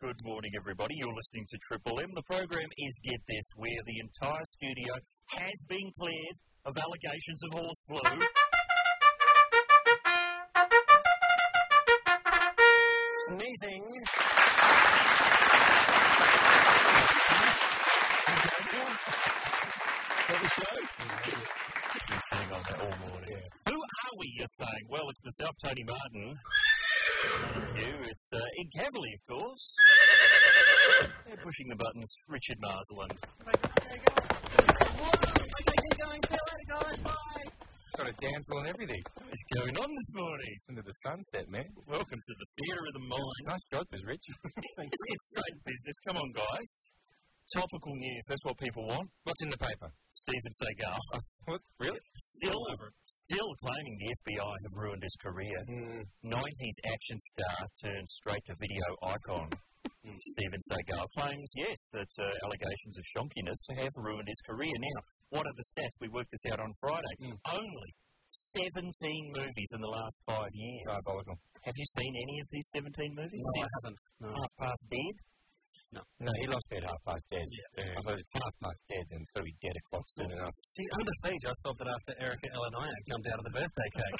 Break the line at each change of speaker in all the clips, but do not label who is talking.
Good morning, everybody. You're listening to Triple M. The program is Get This, where the entire studio has been cleared of allegations of horse flu. Sneezing. That was so. Been sitting on that all morning. Who are we, you're saying? Well, it's myself, Tony Martin. You, it's uh, Ed Cavalier, of course. They're pushing the buttons. Richard Marsland.
Got a damsel and everything.
What's going on this morning?
Into the sunset, man.
Welcome to the theatre of the mind.
Nice job, was Rich.
It's great business. Come on, guys. Topical news. That's what people want.
What's in the paper?
Stephen Seagal.
What? Really?
Still, still claiming the FBI have ruined his career. 90s action star turned straight to video icon.
Hmm.
Steven Seagal claims, yes, that uh, allegations of shonkiness have ruined his career. Now, what are the stats? We worked this out on Friday.
Mm.
Hmm.
Only 17 movies in the last five years.
Diabolical.
Have you seen any of these 17 movies?
No, I
haven't. Half Past Dead?
No, he lost at half past dead.
Uh,
Yeah. I thought it's half past dead, and it's got to be dead o'clock soon enough.
See, Under Siege, I solved it after Erica Illinois jumped out of the birthday cake.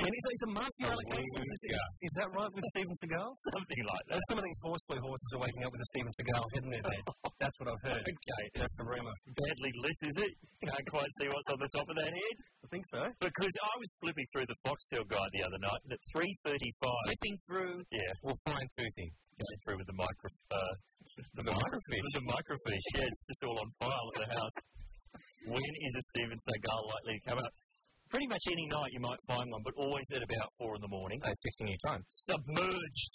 and he's, he's a monkey on
Oh,
a
Steven Seagal.
Is that right with Steven Seagal?
Something like that.
There's some of these horsefly horses are waking up with a Steven Seagal hidden in there. That's what I've heard. Okay. That's the rumour.
Badly lit, is it? Can't quite see what's on the top of that head.
I think so.
Because I was flipping through the Foxtel guide the other night, and at 3.35...
Flipping through.
Yeah,
Well, fine toothing.
going through with the micro, uh,
The microfiche.
The microfiche, yeah, it's just all on file at the house. when is a Steven Seagal likely to come up? Pretty much any night you might find one, but always at about four in the morning.
No, it's fixing your time.
Submerged.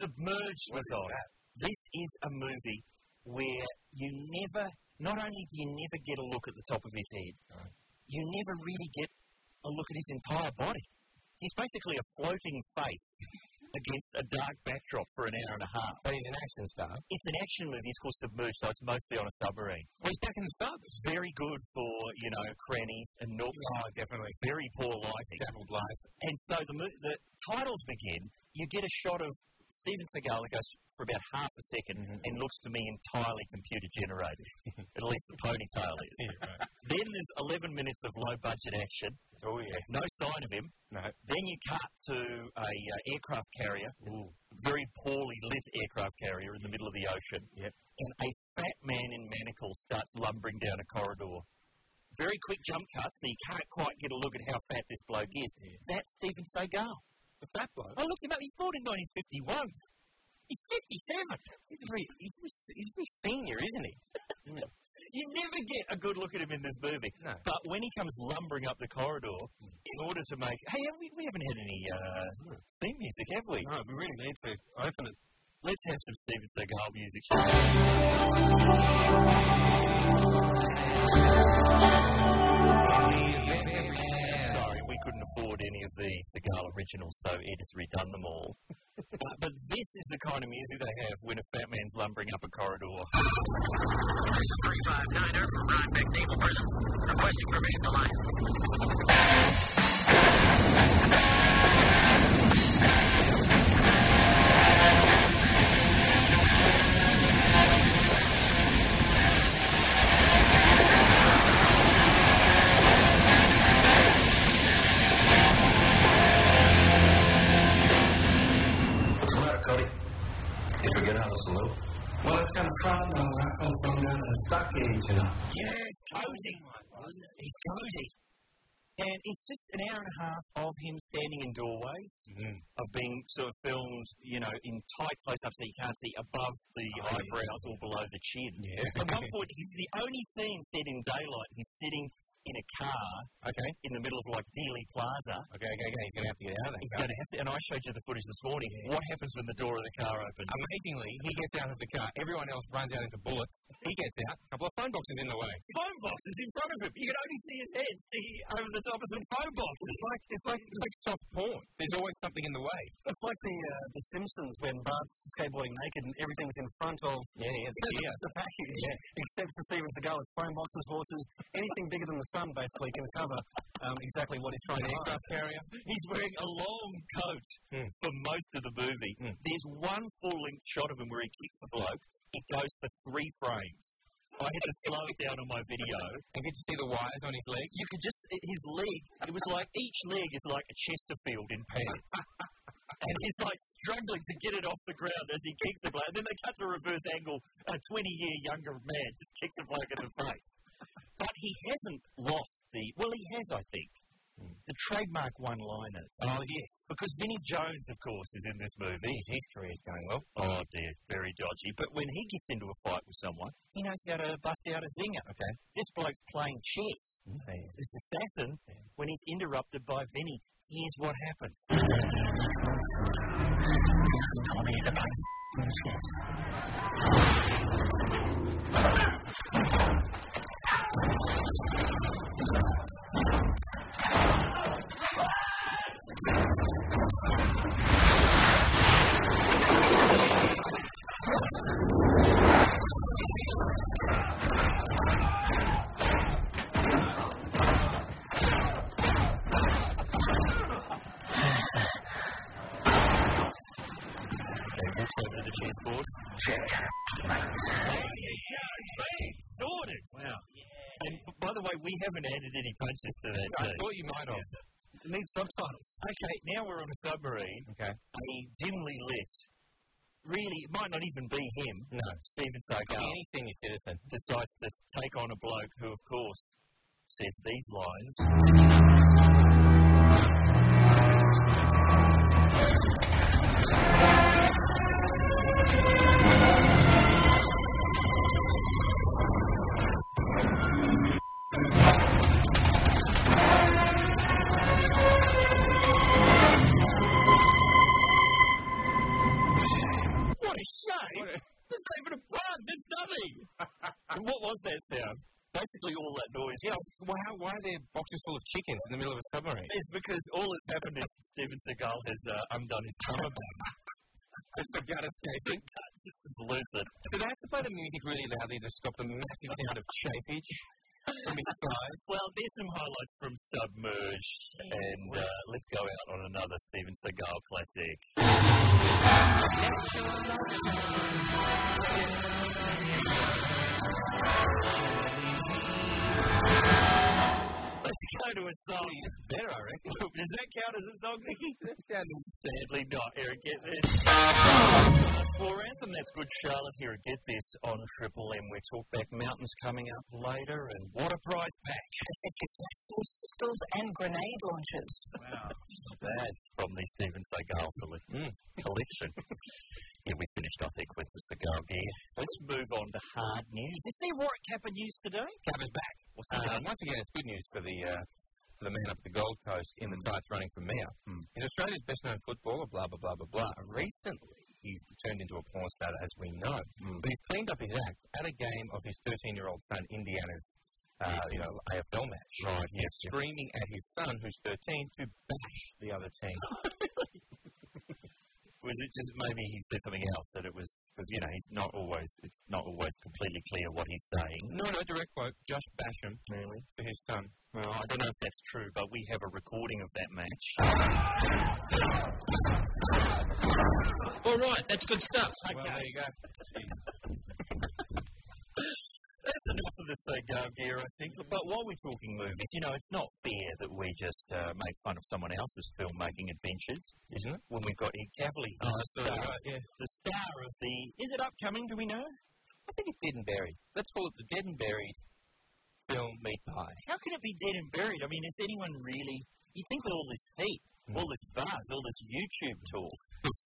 Submerged was on. This is a movie where you never, not only do you never get a look at the top of his head, you never really get a look at his entire body. He's basically a floating face against a dark backdrop for an hour and a half.
But he's an action star.
It's an action movie. It's called Submerged, so it's mostly on a submarine.
Well, he's back in the sub.
Very good for, you know, crannies and naught.
Oh, definitely.
Very poor lighting.
Travelled life.
And so the, mo- the titles begin. You get a shot of Steven Seagal that goes for about half a 2nd
Mm-hmm.
and looks to me entirely computer generated. At least the ponytail is. Then there's 11 minutes of low budget action.
Oh, yeah.
No sign of him.
No.
Then you cut to a uh, aircraft carrier, very poorly lit aircraft carrier in the middle of the ocean,
Yep.
and a fat man in manacles starts lumbering down a corridor. Very quick jump cut, so you can't quite get a look at how fat this bloke is. That's Stephen Seagal. Oh,
The fat bloke.
I looked him up. He's born in 1951. He's 57. He's very, he's very, he's very senior, isn't he? you never get a good look at him in this movie.
No. Mm.
But when he comes lumbering up the corridor, in order to make, hey, have we, we haven't had any uh, theme music, have we?
No, we really need to open it.
Let's have some Steven Seagal music. Sorry, we couldn't afford any of the Seagal originals, so Ed has redone them all. but, but this is the kind of music they have when a fat man's lumbering up a corridor.
What's the matter, Cody? You forget how to salute? Well, it's kind of fun, though. I come from down in the stockade, you know.
Yeah, cozy. He's cozy. And it's just an hour and a half of him standing in doorways,
Mhm.
of being sort of filmed, you know, in tight close ups that you can't see above the
yeah.
eyebrows or below the chin.
Oh, Yeah.
At one point, he's the only scene set in daylight. He's sitting in a car
Okay.
in the middle of like Dealey Plaza.
Okay, okay, okay. He's going to have to get out
He's
of that. car.
going to have to, and I showed you the footage this morning. What happens when the door of the car opens?
Amazingly, he gets out of the car. Everyone else runs out into bullets. He gets out. A couple of phone boxes in the way.
Phone boxes in front of him. You can only see his head sticking over the top of some phone boxes.
It's like it's like it's like soft porn. There's always something in the way.
It's like the uh, the Simpsons when Bart's skateboarding naked and everything's in front of
Yeah,
you know,
yeah,
the- the package, except for Stevens to go with phone boxes, horses, anything bigger than the sun basically can cover um, exactly what he's trying to hide.
Aircraft carrier.
He's wearing a long coat
Hmm.
for most of the movie.
Hmm.
There's one full length shot of him where he kicks the bloke. It goes for three frames. I had to slow it down on my video.
And could you see the wires on his leg?
You could just, i- his leg, it was like each leg is like a Chesterfield in pants. and he's like struggling to get it off the ground as he kicks the bloke. And then they cut to reverse angle. A 20 year younger man just kicked the bloke in the face. But he hasn't lost the, well, he has, I think, the trademark one liners.
Oh yes.
Because Vinnie Jones, of course, is in this movie.
His career's going well.
Oh dear, very dodgy. But when he gets into a fight with someone, he knows how to bust out a zinger.
Okay.
This bloke's playing chess, this assassin, when he's interrupted by Vinnie, here's what happens. Over the chessboard. Sorted. Wow. And b- by the way, we haven't added any punches to that.
I
too.
thought you might have.
It needs subtitles.
Okay, now we're on a submarine.
Okay.
A dimly lit. Really, it might not even be him.
No.
Steven Seagal.
Any senior citizen.
decides to take on a bloke who, of course, says these lines. What a shame! There's not even a pun. There's nothing. And what was that sound? Basically, all that noise.
Yeah. Well, how, why are there boxes full of chickens in the middle of a submarine?
It's because all that's happened is Steven Seagal has uh, undone his collar bone.
It's the gut escaping.
Lucid.
Do they have to play the music really loudly to stop the massive sound of chafage? From his side.
Well, there's some highlights from Submerge, and uh, let's go out on another Steven Seagal classic. Let's go to a song.
Better, I reckon.
Does that count as a song, Nicky?
Sounds
Sadly not, Eric. Get this. For Anthem, that's good, Charlotte. Here at Get This on Triple M. We're talk back mountains coming up later, and what a prize pack.
pistols and grenade launchers.
That from the Steven Seagal colle-
Mm.
collection. yeah, we finished, I think, with the Seagal gear. Let's move on to hard news. Is there Warwick Kappa news today?
Cabba's back. Um, once again, it's good news for the uh, for the man up the Gold Coast in the tights running for mayor.
Mm.
He's Australia's best known footballer, blah blah blah blah blah. Recently, he's turned into a porn star, as we know. But he's cleaned up his act at a game of his 13-year-old son Indiana's, uh, you know, AFL match. Right. He's screaming at his son, who's 13, to bash the other team.
Was it just maybe he said something else that it was because you know he's not always it's not always completely clear what he's saying.
No, no, direct quote. Josh Basham
Really?
for his son.
Well, I don't know if that's true, but we have a recording of that match.
All right, that's good stuff.
Well, there you go.
That's enough of this thing, uh, gear, I think. But while we're talking movies, you know, it's not fair that we just uh, make fun of someone else's filmmaking adventures, isn't it? When we've got Ed Cavalier,
Oh, I saw
the,
that.
star,
Right, yeah.
the star of the. Is it upcoming? Do we know?
I think it's Dead and Buried. Let's call it the Dead and Buried film meat pie.
How can it be dead and buried? I mean, is anyone really? You think with all this heat,
Hmm.
all this buzz, all this YouTube talk.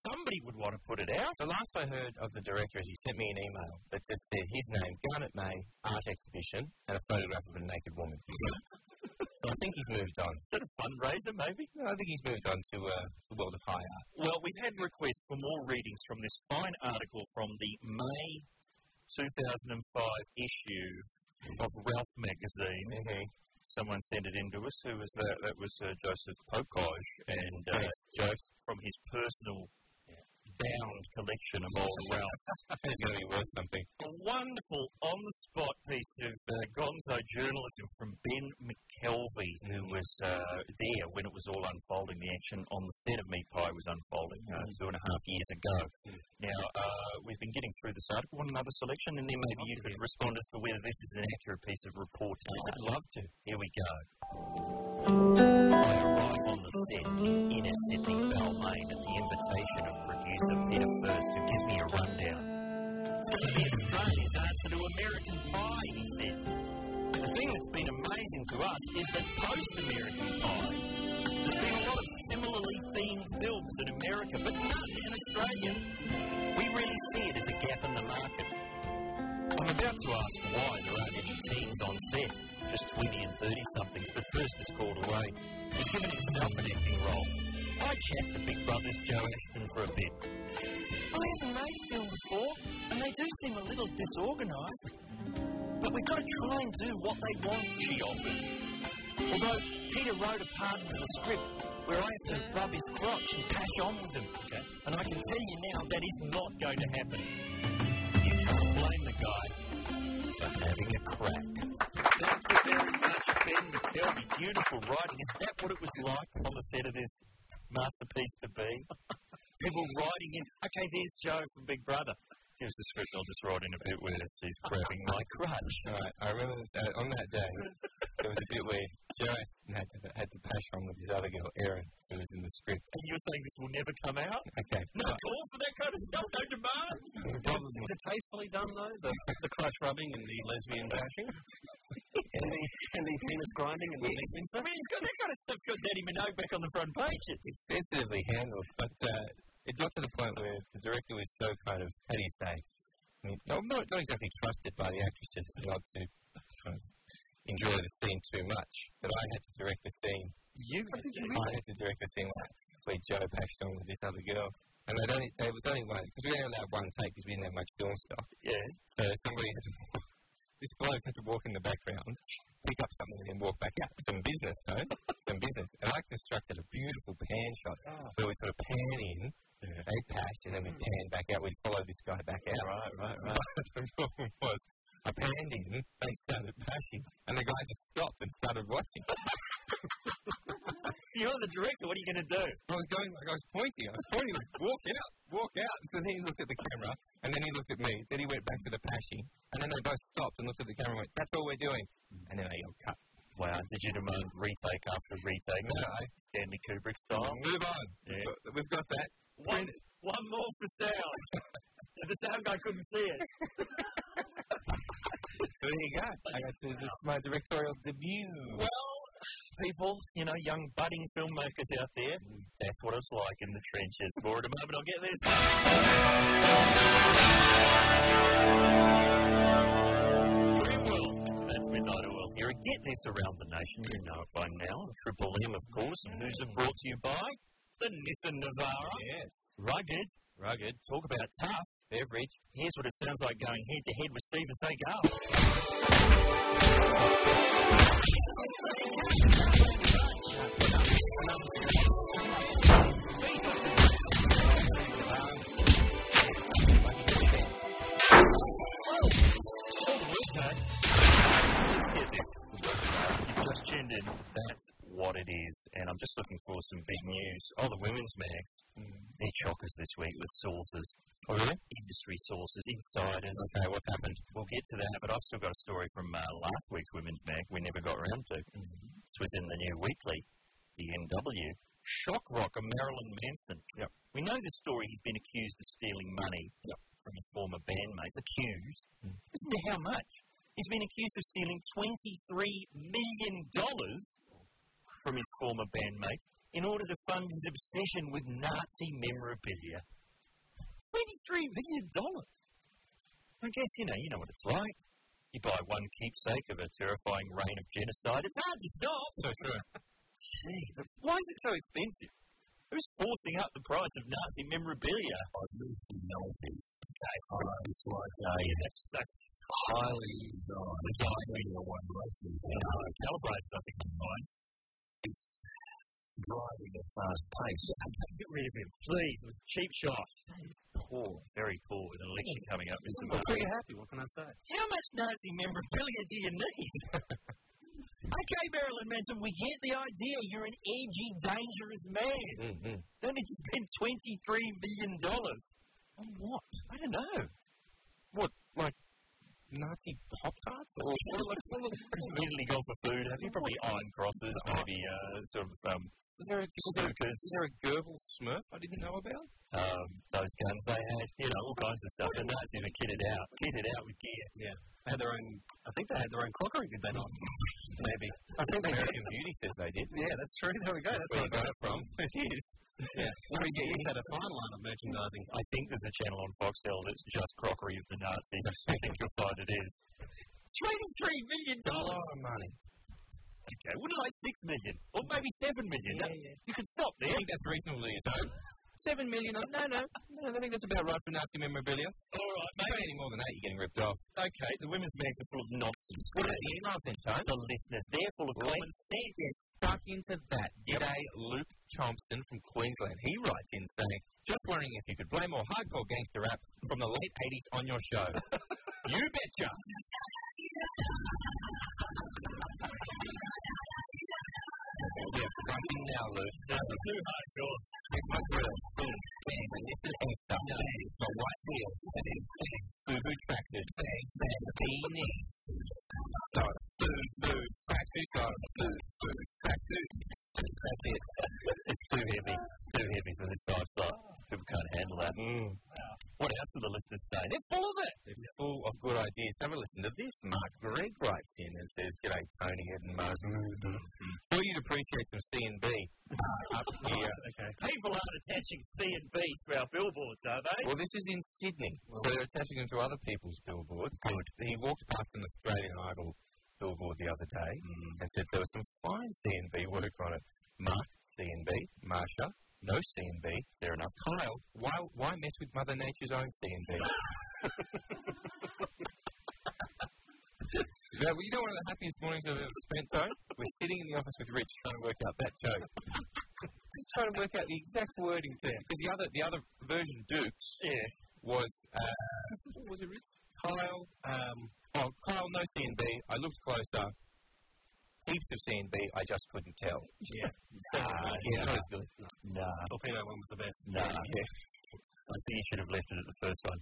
Somebody would want to put it out.
The last I heard of the director is he sent me an email that just said his name, Garnet May, art exhibition, and a photograph of a naked woman. so I think he's moved on.
Is it a fundraiser, maybe?
No, I think he's moved on to uh, the world of high art.
Well, we've had requests for more readings from this fine article from the May 2005 issue of Ralph magazine.
Mm-hmm.
Someone sent it in to us. Who was that? That was uh, Joseph Pokage, and uh, Joseph from his personal bound collection of old Ralphs.
It's going to be worth something.
A wonderful on-the-spot piece of uh, gonzo journalism from Ben McKelvey, who was uh, there when it was all unfolding. The action on the set of Meat Pie was unfolding uh, two and a half years ago. Now, uh, we've been getting through this article on another selection, and then maybe you could respond as to whether this is an accurate piece of reporting. I'd love to. Here we go. I arrive on the set in inner Sydney, Balmain, at the invitation of producer Peter First, who give me a rundown. The Australians answer to American Pie, he said. The thing that's been amazing to us is that post-American Pie, there's been a lot of similarly themed films in America, but none in Australia. We really see it as a gap in the market. I'm about to ask why there aren't any teens on set, just 20 and 30 somethings, but first is called away. He's given himself an acting role. I chat to Big Brother's Joe Ashton for a bit.
I haven't made film before, and they do seem a little disorganised.
But we've got to try and do what they want, she offers. Although Peter wrote a part of the script where I have to rub his crotch and cash on with him. And I can tell you now that is not going to happen. You can't blame the guy for having a crack. Thank you very much, Ben McKelvey. Beautiful writing. Is that what it was like on the set of this masterpiece to be? People writing in. Okay, there's Joe from Big Brother. Here's the script. I'll just write in a bit where she's grabbing my crutch.
All right, I remember uh, on that day, there was a bit where Joe Aston had to, had to pass on with his other girl, Erin, who was in the script.
And you're saying this will never come out?
Okay.
No call for that kind of stuff, no demand.
The problem
Is it tastefully done, though? The, the crotch rubbing and the lesbian bashing? and, the, and the penis grinding and the meat
I
mincer?
mean, it's got that kind of stuff got Danny Minogue back on the front page.
it's sensitively handled, but uh, it got to the point where the director was so kind of, how do you say, I mean, no, not, not exactly trusted by the actresses not to kind of enjoy the scene too much, that I had to direct the scene.
You
I had to direct the scene where, where Joe patched on with this other girl. And they'd only, there was only one, because we only allowed one take because we didn't have much film stock.
Yeah.
So somebody had to, this bloke had to walk in the background, pick up something, and then walk back out. Some business, no? Some business. And I constructed a beautiful pan shot where we sort of pan in, they patched, and then we pan back out. We'd follow this guy back out. Hmm. Right, right, right. the problem was, I panned in, they started bashing, and the guy just stopped and started watching.
You're the director, what are you going to do?
I was going like I was pointing. I was pointing like walk out, walk out. And then he looked at the camera, and then he looked at me. Then he went back to the pashing, and then they both stopped and looked at the camera and went, "That's all we're doing." And then I yelled, "Cut!"
Wow, did you demand retake after retake?
No,
Stanley Kubrick style.
move on.
Yeah.
But We've got that.
One, one more for sound. the sound guy couldn't see it.
So there you go. I got to this, my directorial debut.
Well, people, you know, young budding filmmakers out there, that's what it's like in the trenches. More in a moment, I'll get this. Dreamworld. That's Midnight Oil. Here at Get This Around the Nation, you know it by now. Triple M, of course. And who's it brought to you by? The Nissan Navara.
Yes.
Rugged. Rugged. Talk about tough. Beverage. Here's what it sounds like going head to head with Steven Seagal. You've just tuned in. That's what it is. And I'm just looking for some big news. Oh, the women's mag. They're shockers this week with sources. Mm. Oh, really? Industry sources, insiders. Okay, what's happened? We'll get to that, but I've still got a story from uh, last week's women's mag we never got around to. It was in the New Weekly, the NW. Shock rocker Marilyn Manson. Yep. We know this story. He's been accused of stealing money from his former bandmates. Accused. Listen to how much. He's been accused of stealing $23 million from his former bandmate in order to fund his obsession with Nazi memorabilia. $23 million. I guess, you know, you know what it's like. You buy one keepsake of a terrifying reign of genocide. It's hard to stop. So true. Gee, but why is it so expensive? Who's forcing up the price of Nazi memorabilia?
I've missed the novelty.
Okay.
Uh, it's like
Oh, yeah, that's so
highly designed. It's like being a one racing car.
uh, calibrated, I think, in mind.
It's driving at fast pace.
Get rid of him, please. It was a cheap shot. Poor, very poor. With an election coming up with some
I'm pretty happy. What can I say?
How much Nazi memorabilia do you need? okay, Marilyn Manson, we get the idea. You're an edgy, dangerous man.
Mm-hmm.
Don't need to spend twenty-three million dollars on what? I don't know.
Nazi Pop Tarts?
Immediately gone for food. Have you probably iron crosses? Maybe uh, sort of um, snookers.
Is there a Gerbil Smurf I didn't know about?
um, those guns they had, you know, all kinds of stuff. The Nazis were kitted out, kitted out with gear.
They had their own. I think they had their own crockery, did they not? Maybe.
I think American Beauty says they did.
Yeah, that's true. There we go. That's
Where
where
you got it from? It is.
What do you get? You've had a fine line of merchandising.
I think there's a channel on Foxtel that's just crockery of the Nazis. I think you'll find it is. Twenty-three million dollars.
of money.
Okay, wouldn't like six million, or maybe seven million.
Oh. Yeah,
You could stop
I
there.
think that's reasonably its own. Seven million? uh, No, no. no I think that's about right for Nazi memorabilia. All right, if you pay any more than that, you're getting ripped off.
Okay, the women's bags are full of nonsense.
What about the emails then, Tone?
The listeners, they're full of common sense.
stuck into that. G'day, Luke Thompson from Queensland. He writes in saying, just wondering if you could play more hardcore gangster rap from the late 80s on your show. you betcha. yeah, right in now, Luke. That's too hardcore. It's my grill. Boom. Bang. And this is all stuff. The white wheel. Boo-boo tractors. Bang. Bang. Phoenix. So, boo-boo tractors. So, boo-boo tractors.
That's it. It's too heavy. It's too heavy for this size slot. People can't handle that. Wow. What else do the listeners say? They're full of it.
It's full of good ideas. Have a listen to this. Mark Gregg writes in and says, G'day, Tony Ed and Mark. Thought you'd appreciate some C&B uh, up here. okay.
People aren't attaching C and B to our billboards, are they?
Well, this is in Sydney, so they're attaching them to other people's billboards. Good. He walked past an Australian Idol billboard the other day and said there was some fine C&B work on it. Mark, C&B. Marsha, no C&B. Fair enough. Kyle, why, why mess with Mother Nature's own C&B? Now, were you know one of the happiest mornings I've ever spent, though? We're sitting in the office with Rich trying to work out that joke. Just trying to work out the exact wording there. Because the other, the other version, Dukes, yeah. was, uh, what was it Rich? Kyle, um, oh, Kyle, no CNB. I looked closer. Heaps of CNB, I just couldn't tell. uh, Yeah.
Nah,
yeah.
No,
Ah, Torpedo one was the best.
no. I think you should have left it at the first one.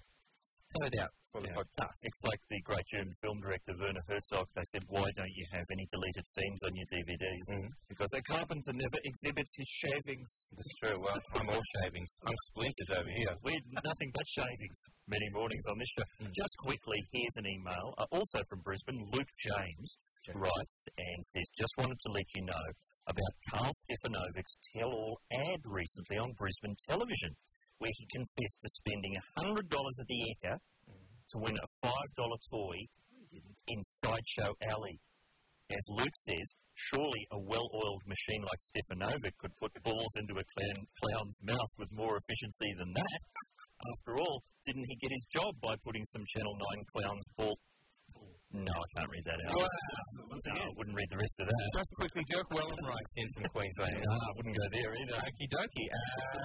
No doubt. For the
Yeah.
podcast.
It's like the great German film director Werner Herzog. They said, "Why don't you have any deleted scenes on your DVDs?"
Mm-hmm.
Because a carpenter never exhibits his shavings.
That's true. Well, I'm all shavings. I'm splinters over here.
We're nothing but shavings. Many mornings on this show.
Mm.
Just quickly, here's an email, uh, also from Brisbane. Luke James writes and says, "Just wanted to let you know about Carl Stefanovic's tell-all ad recently on Brisbane television, where he confessed to spending hundred dollars at the Eka to win a five-dollar toy in Sideshow Alley." As Luke says, surely a well-oiled machine like Stefanovic could put balls into a clown, clown's mouth with more efficiency than that. After all, didn't he get his job by putting some Channel 9 clown's ball? No, I can't read that out. No, I wouldn't read the rest of that.
Just quickly, Dirk Wellham writes in from Queensland.
No,
Ah,
I wouldn't go there either.
Okie dokie. Uh,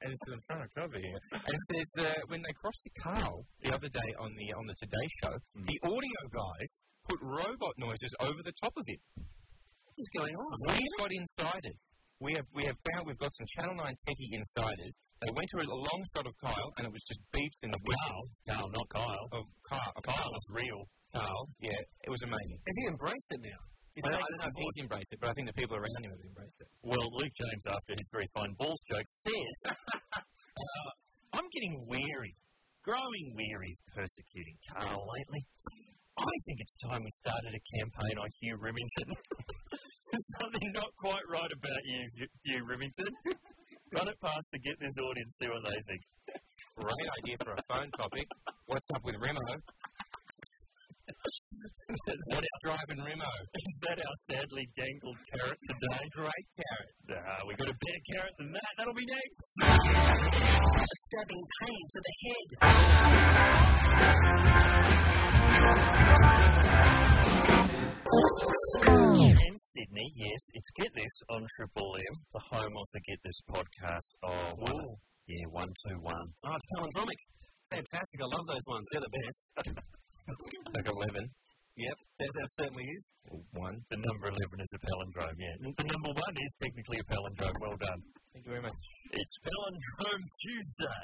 and it's in front of cover here. And it says uh, when they crossed to Carl the other day on the on the Today Show, the audio guys put robot noises over the top of it. What is going on? We've got insiders. We have we have found we've got some Channel Nine techie insiders. They went to a long shot of Kyle, and it was just beeps in the wow.
No, not Kyle.
Of Kyle, of
Kyle is real.
Kyle. Yeah, it was amazing.
Has he embraced it now? He's
I don't
taken
know if
that
he's embraced it, but I think the people around him have embraced it.
Well, Luke James, after his very fine balls joke, said, "Uh, I'm getting weary, growing weary of persecuting Carl lately. I think it's time we started a campaign on Hugh Remington. Who there's something not quite right about you, you, you Remington. Run it past to get this audience, see what they think.
Great idea for a phone topic. What's up with Remo? What's driving Remo?
Is that our sadly dangled carrot today? Great carrot. Nah, we got a better carrot than that. That'll be next.
Stabbing pain to the head.
And Sydney, yes, it's Get This on Triple M, the home of the Get This podcast. Oh, one, yeah, one two one.
Oh, it's palindromic. Fantastic. I love those ones. They're the best.
Like 11.
Yep. That, that certainly is.
One.
The number eleven is a palindrome. Yeah, the number one is technically a palindrome. Well done.
Thank you very much.
It's Palindrome Tuesday.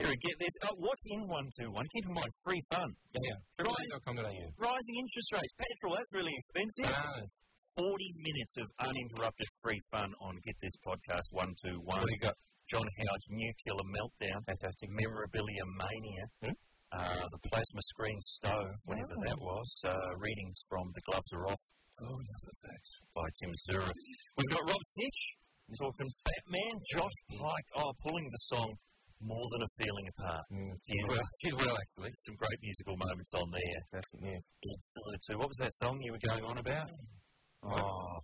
Here we get this. Oh, what's in one two one? Keep in mind, free fun.
Yeah.
Right.
accommodating you. Ah,
Rising interest rates. Petrol, that's really expensive. 40 minutes of uninterrupted free fun on Get This Podcast 121.
What do you got?
John Howard's nuclear meltdown. Fantastic. Memorabilia mania. Uh, the plasma screen stove, whatever that was. Uh, readings from The Gloves Are Off. Oh, By Tim Zura. We've got Rob Fitch talking Fat Man. Josh Pike. Oh, pulling the song More Than a Feeling Apart.
Mm.
Yeah, well, did well actually. Some great musical moments on there.
Fantastic news.
Absolutely. So What was that song you were going on about? Oh,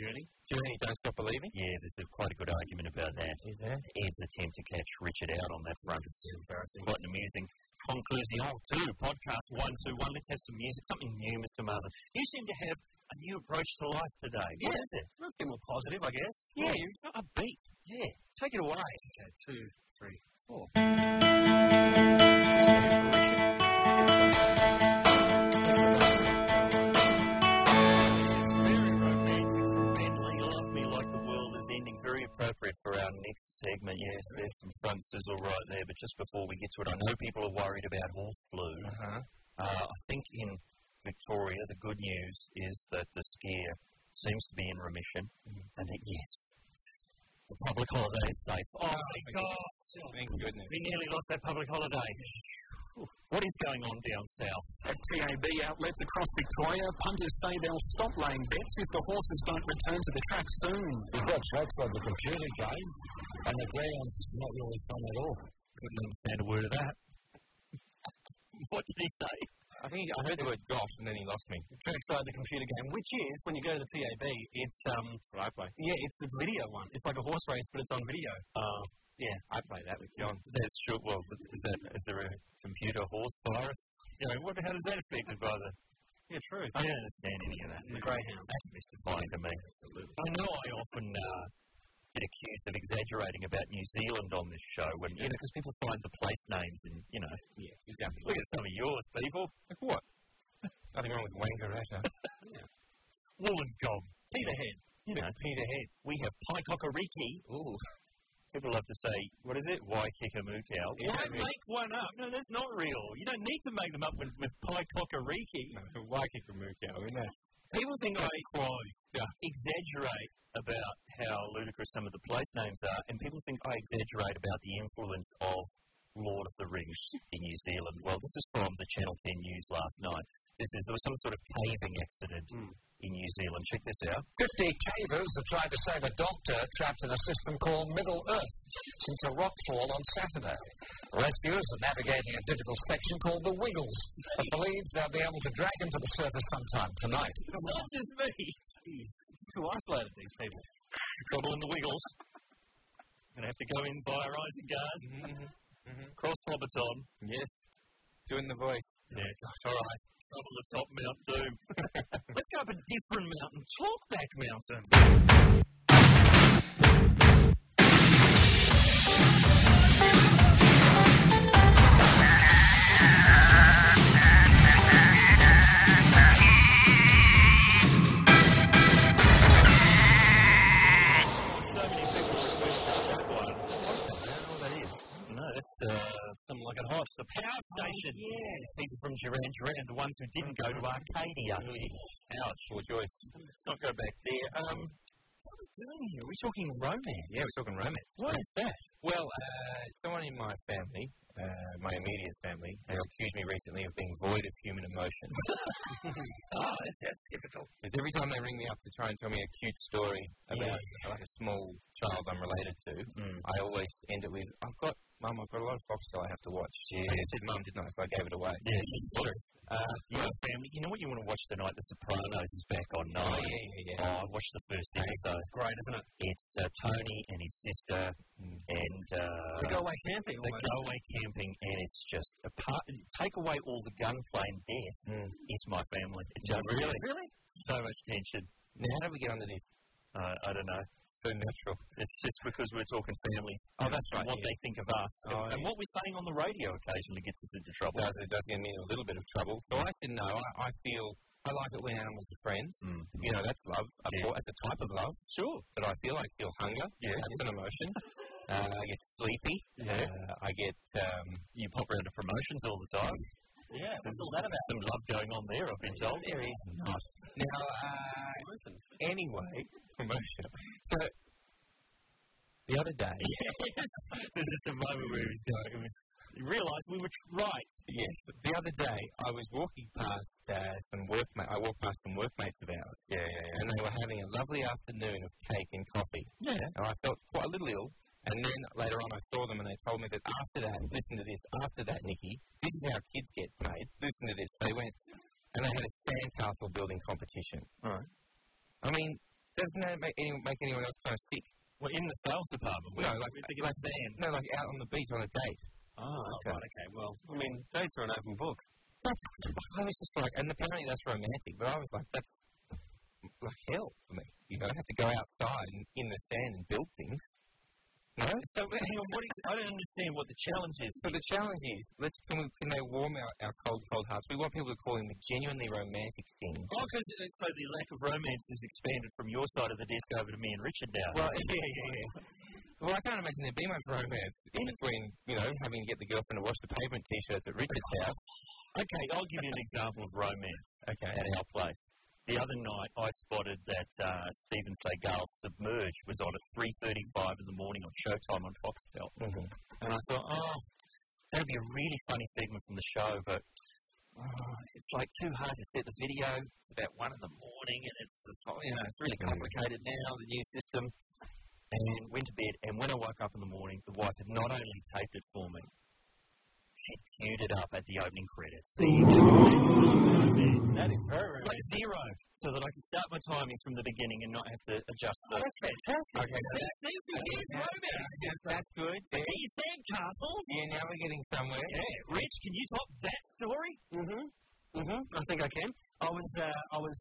Journey? Journey, don't stop believing.
yeah, there's a, quite a good argument about that.
Is there?
Ed's attempt to catch Richard out on that front is embarrassing. Quite an amusing conclusion. Oh, two, podcast one, two, one. Let's have some music, something new, Mr. Marvin. You seem to have a new approach to life today. What is it?
Let's be more positive, I guess.
Yeah, you're not a beat. Yeah, take it away.
Okay, two, three, four.
Very romantic. Bentley, love me like the world is ending. Very appropriate for our next segment. Yeah, there's some fun sizzle right there. But just before we get to it, I know people are worried about horse flu.
Uh-huh.
Uh, I think in Victoria, the good news is that the scare seems to be in remission, and that yes, the public holiday is safe. Oh, my God!
Thank goodness.
We nearly lost that public holiday. What is going on down south?
At TAB outlets across Victoria, punters say they'll stop laying bets if the horses don't return to the track soon.
We've got tracks like the computer game, and the ground's not really fun at all.
Couldn't understand a word of that. what did he say?
I think I heard the word gosh and then he lost me.
Trackside, the computer game, which is, when you go to the TAB, it's, um,
But I play.
yeah, it's the video one. It's like a horse race, but it's on video.
Oh. Yeah, I play that with John.
That's sure. Well, is, that, is there a computer horse virus? You know, what, how does that affect it, brother?
Yeah, true.
I don't understand any of that. The Greyhound. That's mystifying to me. I know I often uh, get accused of exaggerating about New Zealand on this show when, you know, because people find the place names and, you know, yeah, exactly. look at some of yours, people.
Like Uh, what? Nothing wrong with Wangaratta.
Wollongong, Peterhead, you know, Peterhead. We have Paikokoriki. Ooh. People love to say, what is it? Why kick a mook out?
Yeah,
Why
I mean-
make one up? No, that's not real. You don't need to make them up with, with Paikokoriki.
Why kick a mook out, isn't it?
People think I exaggerate about how ludicrous some of the place names are, and people think I exaggerate about the influence of Lord of the Rings in New Zealand. Well, this is from the Channel 10 News last night. This is there was some sort of paving accident
Hmm.
in New Zealand. Check this out.
50 cavers have tried to save a doctor trapped in a system called Middle Earth since a rock fall on Saturday. Rescuers are navigating a difficult section called the Wiggles and believe they'll be able to drag him to the surface sometime tonight.
Not just me. It's too isolated, these people. Trouble in the Wiggles. Gonna have to go in via Rising Guard.
Mm-hmm.
Cross Hobbiton.
Yes. Doing the voice.
Yeah, gosh, all right. Trouble at top Mount Doom. Let's go up a different mountain, Talkback Mountain. So many people are questioning that one. What the hell that is? No, that's uh, something like a hot. The power station. yeah. People from Duran Duran, the ones who didn't go to Arcadia. Ouch.
Well, Joyce.
Let's not go back there. Um, what are we doing here? Are we talking romance?
Yeah, we're talking romance.
What is that?
Well, uh, someone in my family, uh, my immediate family, has accused me recently of being void of human emotion. oh, that's, that's difficult. Because every time they ring me up to try and tell me a cute story about like a small child I'm related to, I always end it with, "I've got mum, I've got a lot of Foxtel I have to watch." I just said mum, didn't I? So I gave it away.
Yeah, you sort of. Uh, my family, you know what you want to watch tonight? The Sopranos is back on
Oh,
night.
yeah, yeah, yeah.
Oh, I watched the first episode. It's great, isn't it? It's uh, Tony and his sister,
Mm.
and uh,
They go away camping.
they
almost.
go away camping, and it's just apart. Take away all the gunplay and death.
Mm.
It's my family. It's just really, really, so much tension.
Now, how do we get under this?
Uh, I don't know.
So natural.
It's just because we're talking family. Oh, that's right. What they think of us and,
Oh,
and what we're saying on the radio occasionally gets us into trouble.
does, it does get me in a little bit of trouble. So I said no. I, I feel I like it when animals are friends. You know, that's love. Of
Yeah.
course, That's a type of love. Sure. But I feel I feel hunger. Yeah. That's an emotion. Uh, I get sleepy. Yeah. Uh, I get um,
You pop around to promotions all the time. Yeah, there's all that about? Some love going on there, I've been told. There is not.
now. Uh, anyway, promotion. So the other day,
There's just a moment where you know, it was, you realised we were right.
yes, the other day I was walking past uh, some workmate. I walked past some workmates of ours. Yeah, yeah, yeah. And they were having a lovely afternoon of cake and coffee.
Yeah.
and I felt quite a little ill. And then later on, I saw them and they told me that after that, listen to this, after that, Nikki, this is how kids get paid. Listen to this. They went and they had a sandcastle building competition.
Right.
I mean, doesn't that make, any, make anyone else kind of sick?
Well, in the sales department, we
No,
are
like,
we're thinking
like,
of sand.
no, like out on the beach on a date.
Oh,
Ah, Okay.
right, okay. Well, I mean, dates are an open book.
That's, I was just like, and apparently that's romantic, but I was like, that's like hell for me. You know, I have to go outside and in the sand and build things. No? So,
Hang on, what is- I don't understand what the challenge is.
So the challenge is, let's can, we, can they warm our, our cold, cold hearts? We want people to call in the genuinely romantic things.
Oh, because so the lack of romance is expanded from your side of the desk over to me and Richard now.
Well, yeah, yeah, yeah. Well, I can't imagine there'd be much romance in between, you know, having to get the girlfriend to wash the pavement t-shirts at Richard's house.
okay, I'll give you an example of romance
Okay.
at our place. The other night, I spotted that uh, Stephen Seagal's Submerge was on at 3.35 in the morning on Showtime on Foxtel.
Mm-hmm.
And I thought, oh, that'd be a really funny segment from the show, but oh, it's like too hard to set the video. It's about one in the morning, and it's the, you know it's really
Mm-hmm.
complicated now the new system. And went to bed, and when I woke up in the morning, the wife had not only taped it for me, she queued it up at the opening credits. that is very like zero, so that I could start my timing from the beginning and not have to adjust the. that's fantastic. Okay, that's, that's,
That's good. Yeah. yeah, now we're getting somewhere.
yeah, Rich, can you top that story?
Mm-hmm. Mm-hmm. I think I can. I was, uh, I was,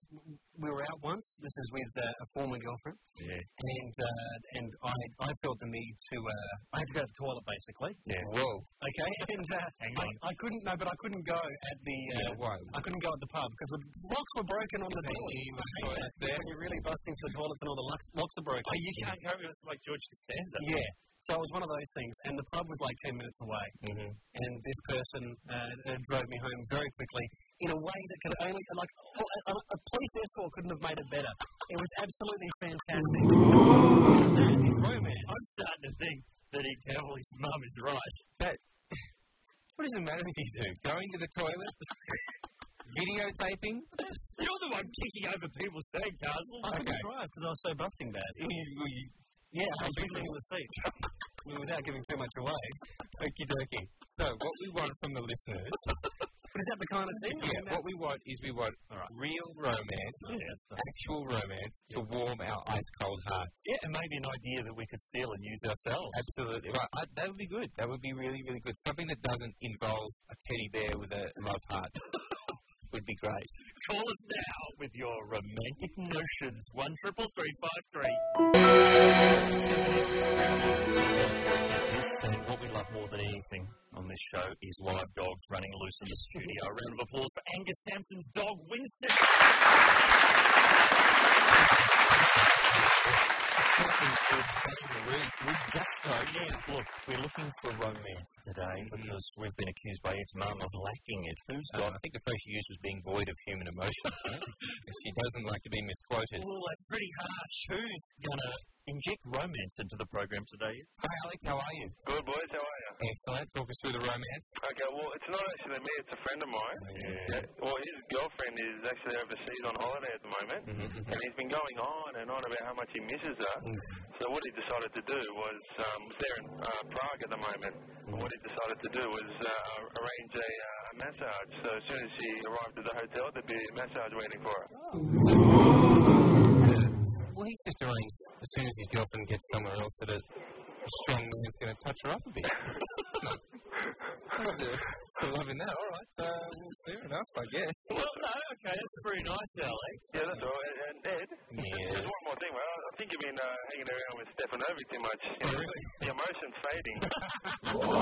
we were out once. This is with uh, a former girlfriend.
Yeah.
And uh, and I, I felt the need to, uh, I had to go to the toilet basically.
Yeah. Whoa.
Okay. And uh, I, I couldn't, no, but I couldn't go at the, uh,
Yeah, whoa.
I couldn't go at the pub because the locks were broken on the door. You're really busting for the toilets and all the locks, locks are broken.
Oh, you can't go with like George Costanza.
Yeah. So it was one of those things, and the pub was like ten minutes away.
Mhm.
And this person uh, uh, drove me home very quickly in a way that could only like oh, a, a- a police escort couldn't have made it better. It was absolutely fantastic. It's romance.
I'm starting to think that he Cowley's mum is right.
What does it matter if you do? Going to the toilet? Videotaping?
You're the one kicking over people's sandcastles.
I couldn't
Okay.
drive because I was so busting bad. yeah, I was really in the seat. I mean, Without giving too much away.
Okie dokie. So, what we want from the listeners
But is that the kind of thing?
Yeah, what we want is we want real romance, actual romance to warm our ice cold hearts.
Yeah, and maybe an idea that we could steal and use ourselves.
Absolutely. Right. I, that would be good. That would be really, really good. Something that doesn't involve a teddy bear with a love heart would be great.
Call us now with your romantic notions. One triple three five three. And what we love more than anything on this show is live dogs running loose in the studio. A round of applause for Angus Sampson's dog Winston.
We, we just
uh, So yeah, look, we're looking for romance. today
because we've been accused by its mum of lacking its food stock. I think the phrase she used was being void of human emotion. And she doesn't like to be misquoted.
Well, that's pretty harsh. Who's going to inject romance into the program today?
Hey, Alec, how are you?
Good boys, how are you?
Excellent. Talk us through the romance.
Okay, well, it's not actually me, it's a friend of mine. Yeah, well, his girlfriend is actually overseas on holiday at the moment, and he's been going on and on about how much he misses her. So what he decided to do was, um, was there in uh, Prague at the moment. What he decided to do was uh, arrange a, uh, a massage. So as soon as she arrived at the hotel, there'd be a massage waiting for her.
Well, he's just arranged as soon as his girlfriend gets somewhere else that a strong man's going to touch her up a bit. I'm loving that. All right. Uh, well, fair enough, I guess.
Well, no, okay, that's pretty nice, Alec.
Yeah, that's all. And, and Ed,
Yeah.
there's one more thing, right? I think you've been uh, hanging around with Stefanovic too much. You know, The emotion's fading.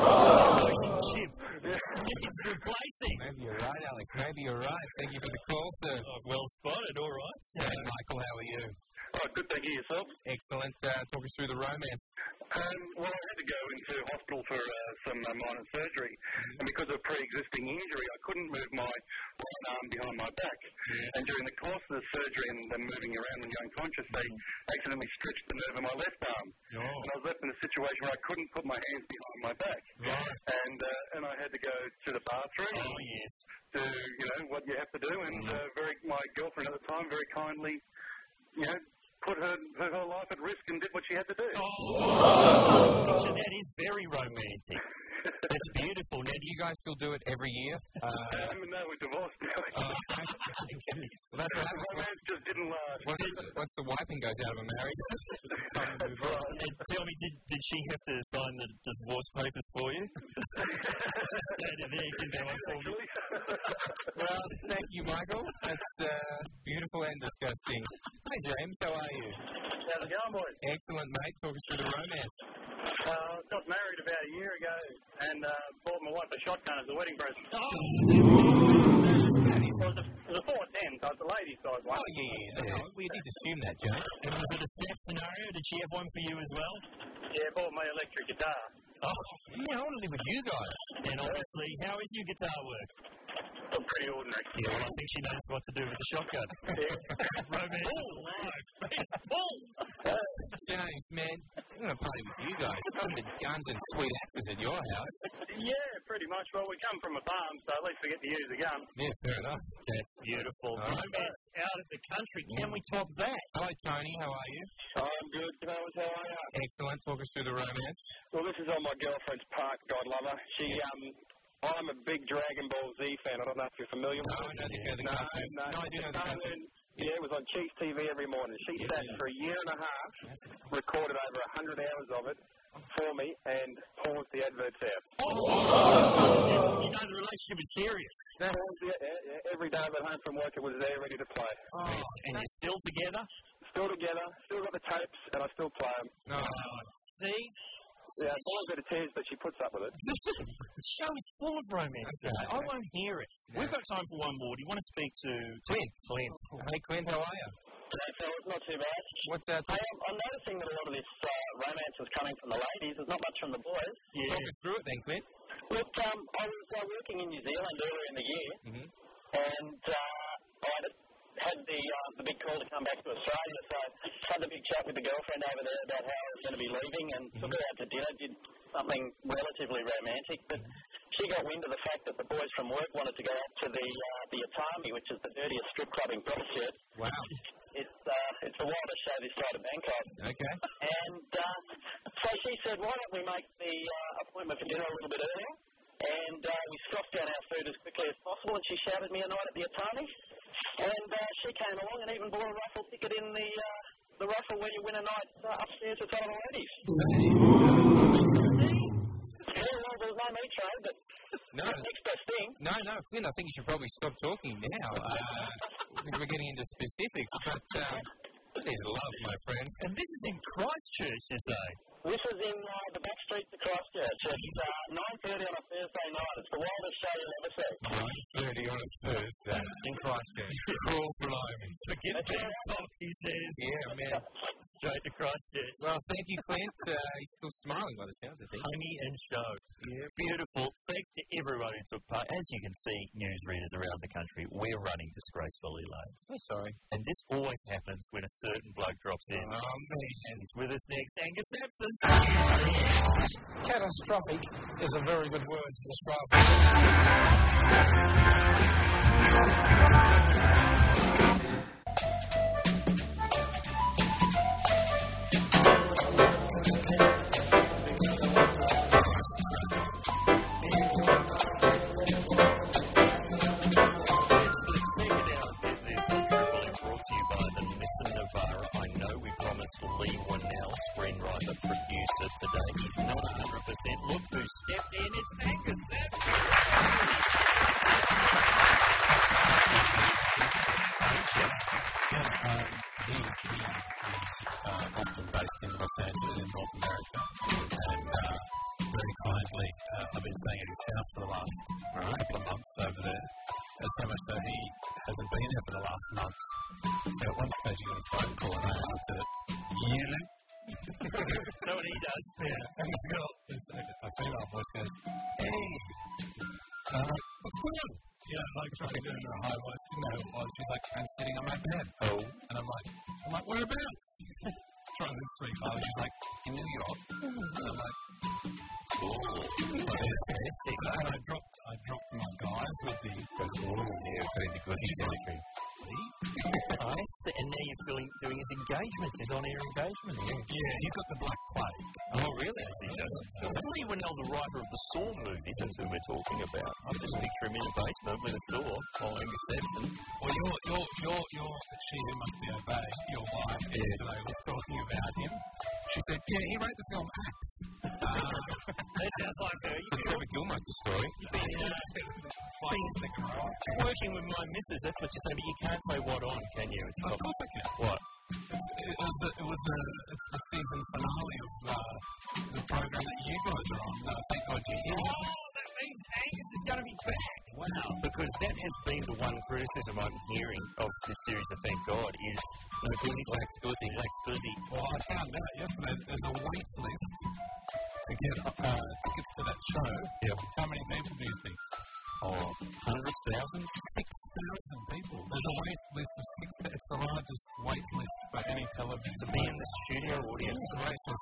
Maybe you're right, Alec. Maybe you're right. Thank you for the call, sir. Oh, well spotted. All right. Hey, Michael, how are you?
oh, good, thank you yourself.
Excellent. Uh, talk us through the romance.
Um, well, I had to go into hospital for uh, some uh, minor surgery,
Mm-hmm.
and because of pre-existing injury, I couldn't move my right arm behind my back. And during the course of the surgery and the moving around and going conscious, they
Mm-hmm.
accidentally stretched the nerve in my left arm,
Oh,
and I was left in a situation where I couldn't put my hands behind my back, and uh, and I had to go to the bathroom. Oh yes. Do you know what you have to do? And uh, very, my girlfriend at the time very kindly, you know, put her her her life at risk and did what she had to do.
So that is very romantic. That's beautiful. Now,
Do you guys still do it every year? Uh,
Um, no, we're divorced now.
well, that's what happens
Romance just didn't last.
once, once the wiping goes out of a marriage. it's time to move on.
and tell me, did, did she have to sign the divorce papers for you? Stand in there, give that one for me.
Well, thank you, Michael. That's uh, beautiful and disgusting. Hi, James. How are you?
How's it going, boys?
Excellent, mate. Talk us through the romance.
Uh, got married about a year ago and uh, bought my wife a shotgun as a wedding present.
Oh,
It, was a, it was a 410, so it's a ladies' size one.
Oh, yeah, yeah. that's all. We did assume that, James.
And was it a snap scenario? Did she have one for you as well?
Yeah, bought me electric guitar.
Oh, yeah, I want to live with you guys. And honestly, how is your guitar work?
I'm pretty ordinary.
Yeah, well, I think she knows what to do with the shotgun. Romance. Oh,
James, man, I'm going to party with you guys. Come to guns and sweet asses at your house.
Yeah, pretty much. Well, we come from a farm, so at least we get to use a gun.
Yeah, fair enough. That's
beautiful.
All right.
Romance out of the country. Can we top that?
Hello, Tony. How are you?
I'm good, fellas. How are you?
Excellent. Talk us through the romance.
Well, this is on my girlfriend's part, God love her. She, um, I'm a big Dragon Ball Z fan. I don't know if you're familiar
No, I
with it.
don't think you're the
No,
cartoon.
no.
I do know the
Um,
cartoon.
and- Yeah, it was on Chiefs TV every morning. She sat for a year and a half, recorded over 100 hours of it for me, and paused the adverts out.
Oh. You know, the relationship is serious.
Paused the- yeah, yeah, every day I went home from work, it was there ready to play.
Oh, and you're still together?
Still together, still got the tapes, and I still play them.
No,
See?
Yeah, it's always a bit of tears, but she puts up with it.
The show is full of romance. I won't hear it. We've got time for one more. Do you want to speak to Clint? Clint.
Hey, Clint, how are you?
So it's not too bad.
What's that?
I am, I'm noticing that a lot of this uh, romance is coming from the ladies. There's not much from the boys.
Yeah.
Talk us through it then, Clint.
Look, um, I was uh, working in New Zealand earlier in the year,
Mhm.
and uh, I had- had the uh, the big call to come back to Australia. So had the big chat with the girlfriend over there about how I was going to be leaving, and took her out to dinner. Did something relatively romantic, but she got wind of the fact that the boys from work wanted to go out to the uh, the Atami, which is the dirtiest strip club in Christchurch.
Wow.
It's uh, it's the wildest show this side of Bangkok.
Okay.
And uh, so she said, why don't we make the uh, appointment for dinner a little bit earlier? And uh, we scoffed down our food as quickly as possible, and she shouted me a night at the Atani. And uh, she came along and even bought a raffle ticket in the uh, the raffle where you win a night uh, upstairs with one of the ladies. yeah, well, there was no meat trade, but
No,
next best thing.
no, no, Clint, I think you should probably stop talking now uh, because we're getting into specifics. But um, there's love, my friend.
And this is in Christchurch, you say?
This is in uh, the back streets of Christchurch. It's uh, 9.30 on a Thursday night. It's the wildest show you'll ever see.
30 on a Thursday in Christchurch. Cool, blimey.
Forget that. He says,
Yeah, man.
straight to Christchurch.
Well, Well, thank you, Clint. Uh, you're still smiling by the sound of things.
Honey and show. Beautiful. Thanks to everyone who took part. As you can see, newsreaders around the country, we're running disgracefully low.
I'm sorry.
And this always happens when a certain bloke drops in.
Oh, man.
He's with us next, Angus Sampson.
Catastrophic is a very good word to describe.
Second hour of Dead News on Triple M brought to you by the Nissan Navara. I know we promised Lee Winnell, screenwriter, producer today. He's not 100%. Look who stepped in. It's Angus Sampson. know what he does. Yeah, he's got this, uh, a female voice goes, "Hey, uh, what's going on?" You know, like trying to do it in a high voice. You know, well, she's like, "I'm sitting on my bed." Oh, and I'm like, "I'm like, whereabouts?" trying to speak. Oh, she's like, "In New York." And I'm like. Oh, and I dropped, I dropped my guys with the. Oh, yeah, pretty good. He's like, nice. And now you're feeling, doing his engagement, his on-air engagement. Yeah, he's got the black plague. Oh, really? Lee Winnell, the writer of the Saw movies, that's who we're talking about. I just picture him in the basement with a saw, following a Sampson. Well, your, your, your, your, she who must be obeyed, your wife, yeah. today was talking about him. She said, yeah, he wrote the film Act. that Uh, sounds like her. You can Gilmore's story. Working with my missus, that's what you say, but you can't say what on, can you? It's of course I can. What? It was the, it was the, it's the season finale of uh, the program that you guys are on. Uh, Thank God you're here. Oh, that means Angus is going to be back. Wow. Because that has been the one criticism I'm hearing of this series of Thank God is no goody, lacks goody, lacks goody. Well, I found out yesterday that there's a wait list to get uh, tickets to that show. Yeah. How many people do you think? Oh, 100,000? 6,000 people. There's a wait list of 6,000. It's the largest wait list for any television. To be in the studio audience. There's a wait list of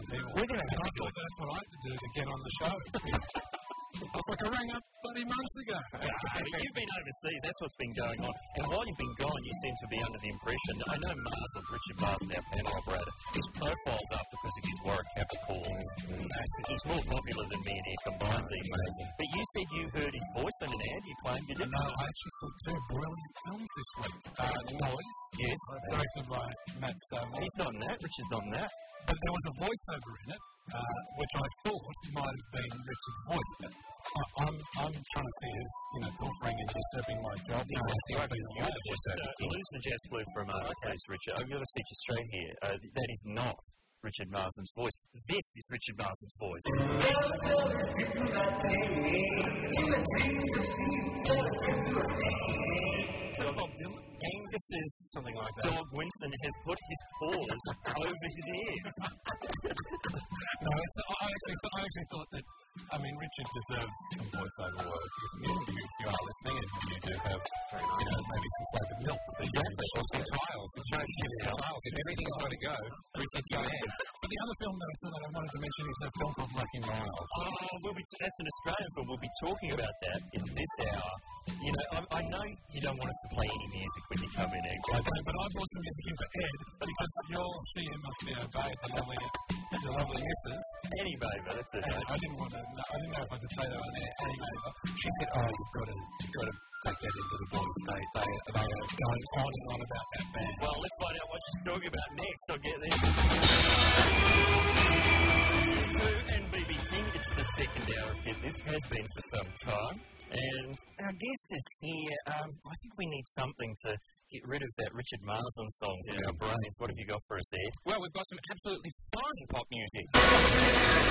6,000 people. We're going to have to. That's what I had to do to get on the show. I was like, I rang up bloody months ago. you've been overseas. That's what's been going on. And while you've been gone, you seem to be under the impression. I know Martin, Richard Martin, our panel operator, his profile's up because of his Warwick Capricorn. Massive. He's more popular than me and Air combined these days. But you said you heard his voice in an ad. You claimed you didn't. No, I actually saw two brilliant films this week. Uh, Noise. Yes. Directed by Matt Samuel. He's not in that. Richard's not in that. But there was a voiceover in it, uh, which I thought might have been Richard's voice. But I, I'm, I'm trying to see who's, you know, filtering and disturbing my job. No, I think you just lose the jet flew from us, please, Richard. I've got to speak you straight here. Uh, that is not Richard Marsden's voice. This is Richard Marsden's voice. Angus is something like that. Dog Winston has put his paws over his ear. no, it's, I, actually, I actually thought that. I mean, Richard deserves some voiceover work. If you, if you, if you are listening and you do have, you know, maybe some flavoured milk. Exactly. Or some tiles. If everything's got to go, Richard's got to But the other film that I thought that I wanted to mention is a film called Lucky Miles. Oh, we'll be, that's an Australian film. We'll be talking about that in this hour. You know, I, I know you don't want us to play any music when you come in, Ed. I don't, but I brought some music in for Ed because your she must be obeyed, the lovely, the lovely missus. Annie Baver, that's it. I didn't want to, no, I didn't know if I could say that on there. Annie Baver. She said, oh, you've got to, you've got to take that into the boys. They, they, they are going on and on about that band. Well, let's find out what she's talking about next. I'll get there. and BBC, it's the second hour of This has been for some time. And our guest is here. Um, I think we need something to get rid of that Richard Marsden song in our brains. What have you got for us there? Well, we've got some absolutely fine pop music.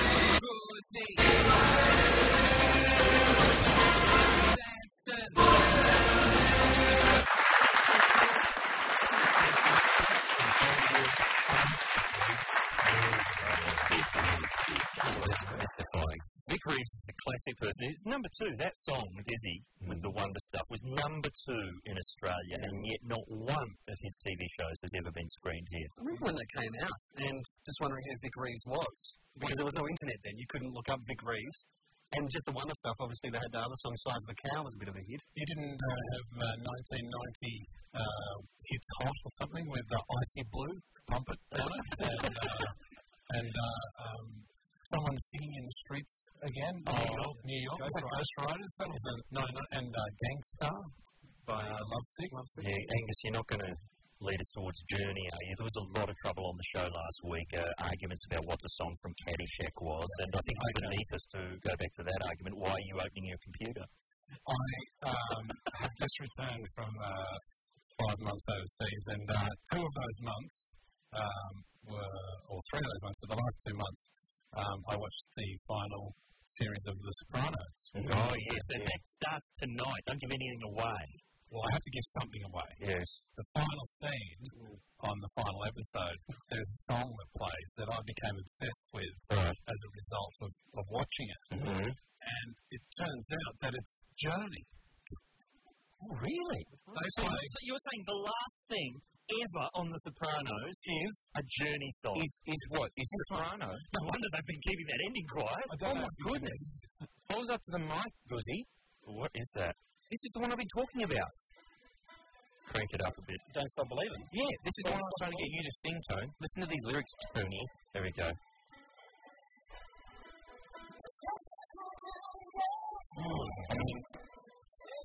Vic Reeves is a classic person. He's number two, that song with Izzy, with the Wonder Stuff, was number two in Australia, and yet not one of his TV shows has ever been screened here.
I remember when that came out and just wondering who Vic Reeves was because there was no internet then. You couldn't look up Vic Reeves. And just the Wonder Stuff, obviously, they had the other song, Size of a Cow, was a bit of a hit.
You didn't uh, have uh, 1990 uh, It's Hot or something with the Icy Blue, Pump It on it, and, uh, and uh, um, someone singing in the streets again.
Oh,
New York, New York. Ghost Riders. That was a, no, no, and uh, Gangstar by uh, Lovesick.
Yeah, Angus, you're not going to lead us towards Journey, are you? There was a lot of trouble on the show last week, uh, arguments about what the song from Caddyshack was, and I think it's beneath us to go back to that argument. Why are you opening your computer?
I um, have just returned from uh, five months overseas, and uh, two of those months um, were, or three of those months, but the last two months, um, I watched the final series of The Sopranos.
Oh, yes, and that starts tonight. Don't give anything away.
Well, I have to give something away.
Yes.
The final scene on the final episode, there's a song that plays that I became obsessed with as a result of, of watching it.
Mm-hmm.
And it turns out that it's Journey.
Oh, Really?
They
So you're,
play
so you're saying the last thing ever on The Sopranos is a Journey song.
Is, is what? Is Soprano?
no wonder they've been keeping that ending quiet.
don't
oh my
know if you
goodness! Hold up to the mic, Goody. What is that? This is the one I've been talking about. Crank it up a bit.
Don't Stop Believing.
Yeah, this is the one I was trying to get you to sing, Tone. Listen to these lyrics, Tony. There we go.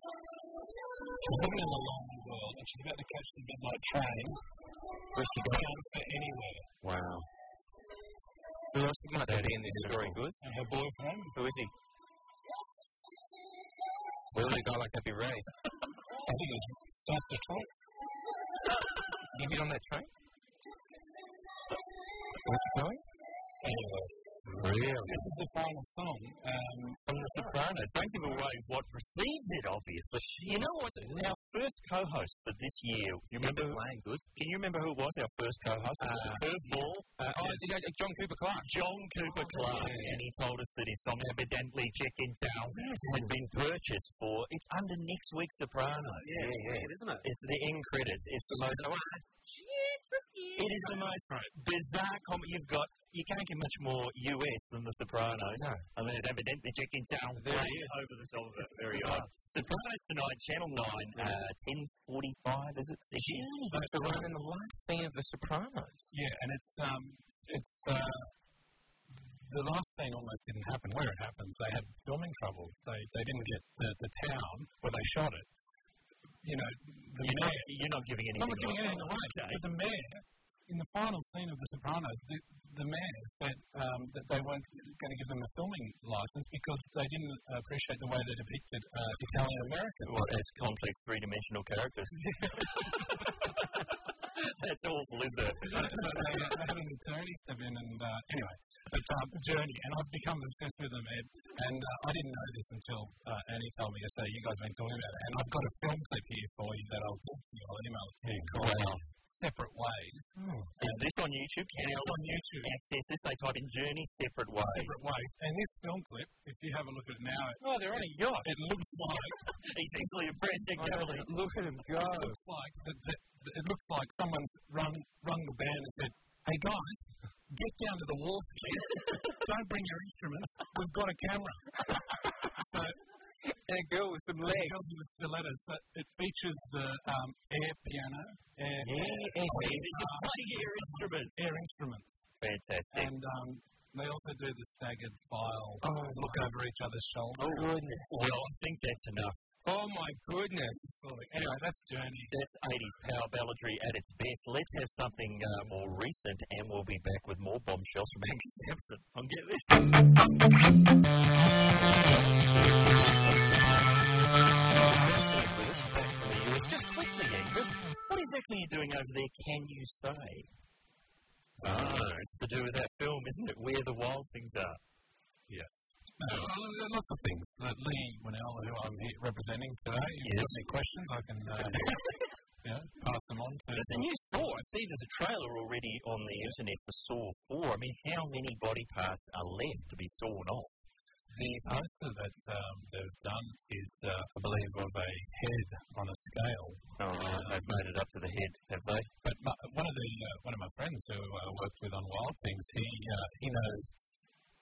She's living in the long world, and she's about to catch the midnight train. Where's she going? For anywhere.
Wow. Who else is not in this story? Good.
And her boyfriend,
Who is he? Where would a guy like that be raised?
I think it was South Detroit.
Can you get on that train? Where's he going?
Anyway,
Really?
this is the final song. Um,
From The Sopranos. Don't give away what precedes it, obviously. You know what? Our first co-host for this year. You remember playing good? Can you remember who was our first co-host? It was the third ball.
Uh, oh, you know, John Cooper Clark.
John Cooper Clark, and he told us that his song "Evidently Chick in Town" had been purchased for. It's under next week's Sopranos.
Yeah, it's weird, isn't it?
It's the end credits. It's the most. It is the most bizarre comment you've got. You can't get much more US than The Sopranos. No. Unless evidently Jack in Town way over the top of it. Very odd. Sopranos tonight, Channel 9, uh, 10.45, is it? Session?
That's the one in the last scene of The Sopranos.
yeah, and it's um, it's uh, the last thing almost didn't happen. Where it happens, they had filming trouble. They they didn't get the, the town where they shot it. You know, the
You're not,
mayor.
you're not giving anything
I'm not giving
away.
anything away, but the mayor, in the final scene of The Sopranos, the, the mayor said um, that they weren't going to give them a filming license because they didn't appreciate the way they depicted uh, Italian Americans.
Well, as complex three-dimensional characters. That's awful, isn't it?
so they, they had an attorney step in, and uh, anyway, but um, Journey, and I've become obsessed with them, Ed, and uh, I didn't know this until uh, Annie told me yesterday. You guys have been talking about it, and I've got a film clip here for you that I'll talk to you. I'll email it to you. Called Separate Ways.
Is this on YouTube? Can
It's
anyone
on YouTube.
access this? They type in Journey Separate Ways.
separate ways. And this film clip, if you have a look at it now, it, oh, they're on a yacht. It looks like
He's easily impressed, exactly.
look at him go. It looks like that, that, that it looks like someone's rung rung the band and said, "Hey guys, get down to the wharf. here. Don't bring your instruments. We've got a camera." so. And a girl with some legs. A girl with stilettos. So it features the um, air piano, air,
Yeah, playing air instruments.
air instruments.
Fantastic.
And um, they also do the staggered file. look over each other's shoulder. Oh, goodness.
Well, I think that's enough.
Oh, my goodness. Anyway, that's Journey.
That's 80s power balladry at its best. Let's have something uh, more recent, and we'll be back with more bombshells from Angus Sampson. I'll get this. Back from the US. Just quickly, Angus, what exactly are you doing over there? Can you say? Oh, it's to do with that film, isn't it? Where the Wild Things Are.
No, well, there are lots of things that Lee Winnell, who I'm here representing today, if you
Yes.
have any questions, I can uh,
you know, pass them on to.
There's a new Saw. I see there's a trailer already on the internet for Saw 4. I mean, how many body parts are left to be sawn off?
The poster that um, they've done is, uh, I believe, of a head on a scale. Uh,
Oh, they've made it up to the head, have they?
But my, one of the uh, one of my friends who I worked with on Wild Things, he uh, he knows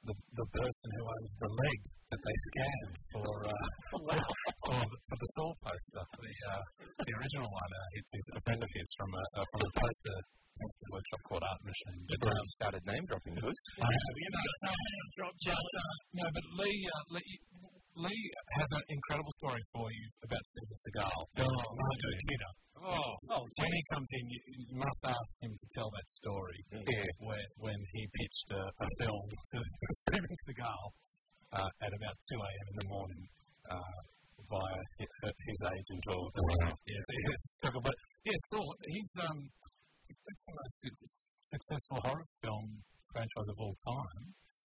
the the person who owns the leg that they scanned for uh, for, the, for the Saw poster, the uh, the original one. Uh, it's, it's a friend of his from a uh, from a poster poster workshop called Art Machine. But, um,
started name dropping to us.
I know, you know, but, uh, no, but Lee, uh, Lee, Lee has an incredible story for you about Steven Seagal. Oh, Marco Kidder. Oh, oh when he comes in, you, you must ask him to tell that story.
Yeah.
When, when he pitched a, a film to Steven Seagal uh, at about 2 a.m. in the morning uh, via his, his agent or yeah, yes, but yeah, so he's um, it's the most successful horror film franchise of all time.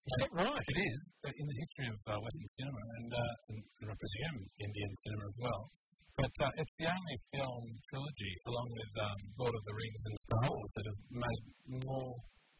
Is that right? It is but in the history of uh, Western cinema, and, uh, and and I presume Indian cinema as well. But uh, it's the only film trilogy, along with um, Lord of the Rings and Star Wars, that have made more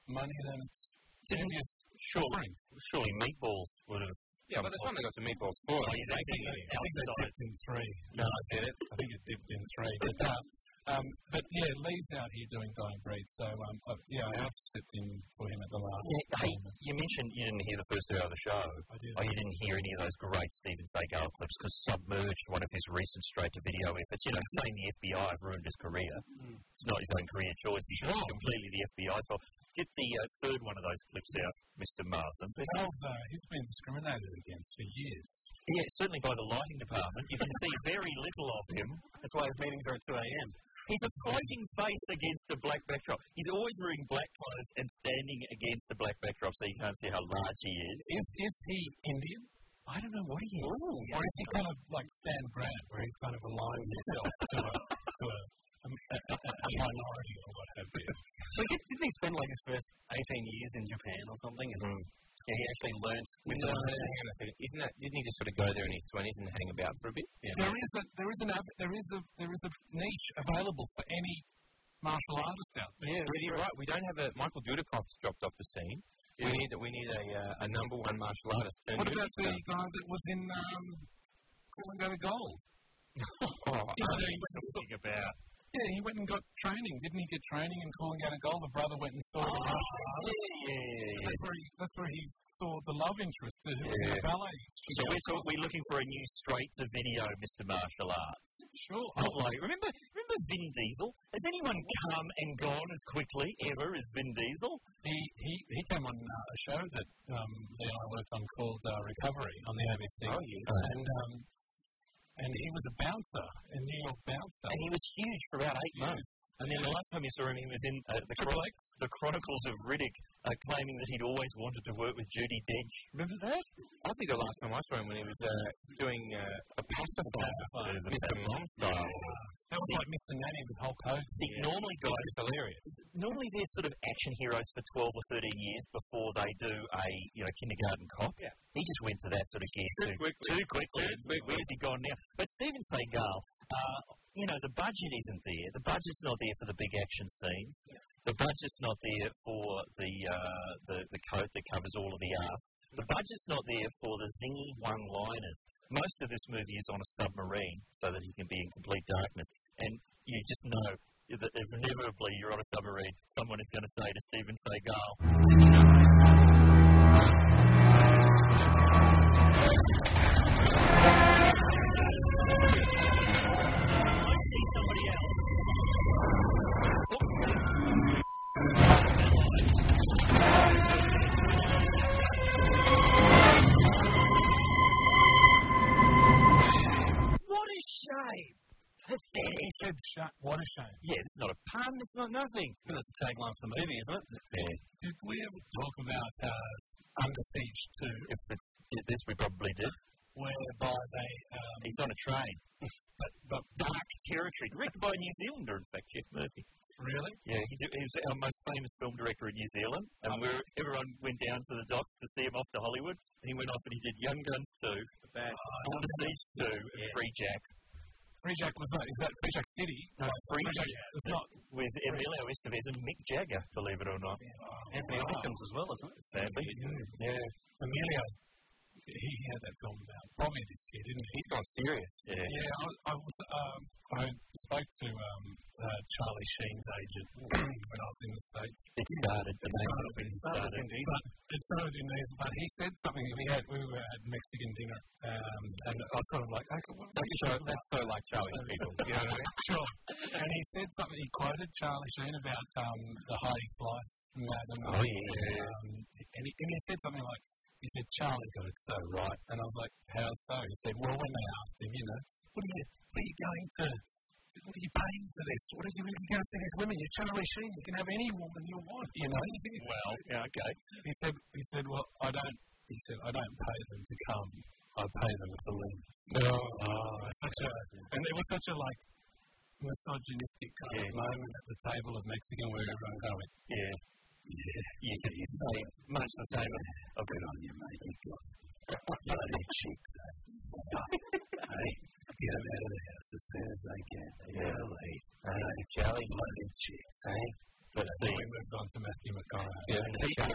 money than its previous.
Surely, surely meatballs would have.
Yeah, by the time they got to Meatballs
Oh,
4,
you don't think
I think they
outside.
dipped in three. No, I get it. I think it dipped in three. But, uh, um, but yeah, Lee's out here doing Dying Breed, so um, I, yeah, I have to sit in for him at the last.
Yeah, hey, you mentioned you didn't hear the first hour of the show,
I do.
or you didn't hear any of those great Steven Seagal clips because submerged one of his recent straight-to-video efforts. You know, saying the FBI have ruined his career. It's not his own career choice. He's completely the FBI's fault. Get the uh, third one of those clips out, Mr. Marsden.
But Al's, uh, he's been discriminated against for years.
Yeah, certainly by the lighting department. You can see very little of him. That's why his meetings are at 2 a.m. He's a fighting face against the black backdrop. He's always wearing black clothes and standing against the black backdrop so you can't see how large he is.
Is is he Indian? I don't know what he is. Or is he kind of like Stan Grant, where he kind of aligns himself to a to a, a, a, a minority or what have you?
So he- didn't he spend like his first 18 years in Japan or something? And
Mm.
yeah, he actually learned.
Isn't that, didn't he just sort of go there in his 20s and hang about for a bit?
There is a there is an av- there is a there is a niche available for any martial artist out there.
Yeah, really right. We don't have a Michael Dudikoff's dropped off the scene. We need we need a uh, a number one martial artist. turned
What about the
movie
guy that was in um, Cooling Go to Gold?
star? Oh,
You know, he went and saw- Yeah, he went and got training. Didn't he get training and calling out a goal? The brother went and saw the martial artist. That's where, he, that's where he saw the love interest, the, yeah. the ballet.
So we're, talk- we're looking for a new straight-to-video Mr. Martial Arts.
Sure.
Not like, remember, remember Vin Diesel? Has anyone come and gone as quickly ever as Vin Diesel?
He, he, he came on uh, a show that um, Lee and I worked on called uh, Recovery on the ABC. Oh, yeah. And, um, and he was a bouncer, a New York bouncer.
And he was huge for about eight months. And then the last time you saw him, he was in uh, the, Chron- the Chronicles of Riddick, uh, claiming that he'd always wanted to work with Judy Dench. Remember that?
I think the last time I saw him when he was uh, doing uh, a pacifier,
The
Mr. Mom
Oh.
style.
That was like Mr. Nanny with Hulk Hogan.
See, normally guys,
hilarious.
normally they're sort of action heroes for 12 or 13 years before they do a you know kindergarten cop. Yeah. He just went to that sort of gear too, too quickly. Where's he gone now? But Steven Seagal, uh, you know, the budget isn't there. The budget's not there for the big action scene. The budget's not there for the uh, the the coat that covers all of the art. The budget's not there for the zingy one-liners. Most of this movie is on a submarine, so that he can be in complete darkness. And you just know that inevitably you're on a submarine, someone is going to say to Steven Seagal, What a shame! Pathetic.
Said, "Sh- what a shame.
Yeah, it's not a pun, it's not nothing.
That's the tagline for the movie, isn't it? Yeah. Did we ever talk about uh, Under Siege 2,
If it, yeah, this we probably did.
whereby they, um,
He's on a train. but, but dark territory, directed by a New Zealander, in fact, Jeff Murphy.
really?
Yeah, he, do- he was our most famous film director in New Zealand, and we were, everyone went down to the docks to see him off to Hollywood, and he went off and he did Young Guns 2, Under Siege 2, and Free Jack.
Free Jack was not. Is that Free Jack City? No, Free Jack. It's not.
with Emilio Estevez and Mick Jagger, believe it or not. Anthony Hopkins as well, isn't it? Sadly. Yeah.
Emilio. He he had that film about Bobby this year, didn't he?
He's gone serious.
Yeah.
Yeah, I, I was. Um, I spoke to um, uh, Charlie Sheen's agent when I was in the states.
It started. It started.
It started in these, but it started in these. But he said something. We had we were at Mexican dinner, um, and I was sort of like, okay, what
That's so, that's so like Charlie's people.
you know what I mean? Sure. And he said something. He quoted Charlie Sheen about um, the hiding flights. You know, the
Oh,
movie.
yeah.
Um, and, he, and he said something like, he said Charlie got it so right, and I was like, how so? He said, well, when they asked him, you know, what are you, what are you going to? What are you paying for this? What are you, you're going to see these women? You're Charlie Sheen. You can have any woman you want. You know. Well, yeah, okay. He said. He said. Well, I don't. He said, I don't pay them to come. I pay them to leave. Oh, such a, and it was such a like misogynistic kind of moment at the table of Mexican where everyone kind of went,
Yeah. Yeah. You can you say much the same. Oh, good on you, mate. You got bloody cheap. hey, get them out of the house as soon as they can. Yeah, they. Hey, Charlie, bloody chicks, eh? But the,
we moved on to Matthew McConaughey.
yeah, people,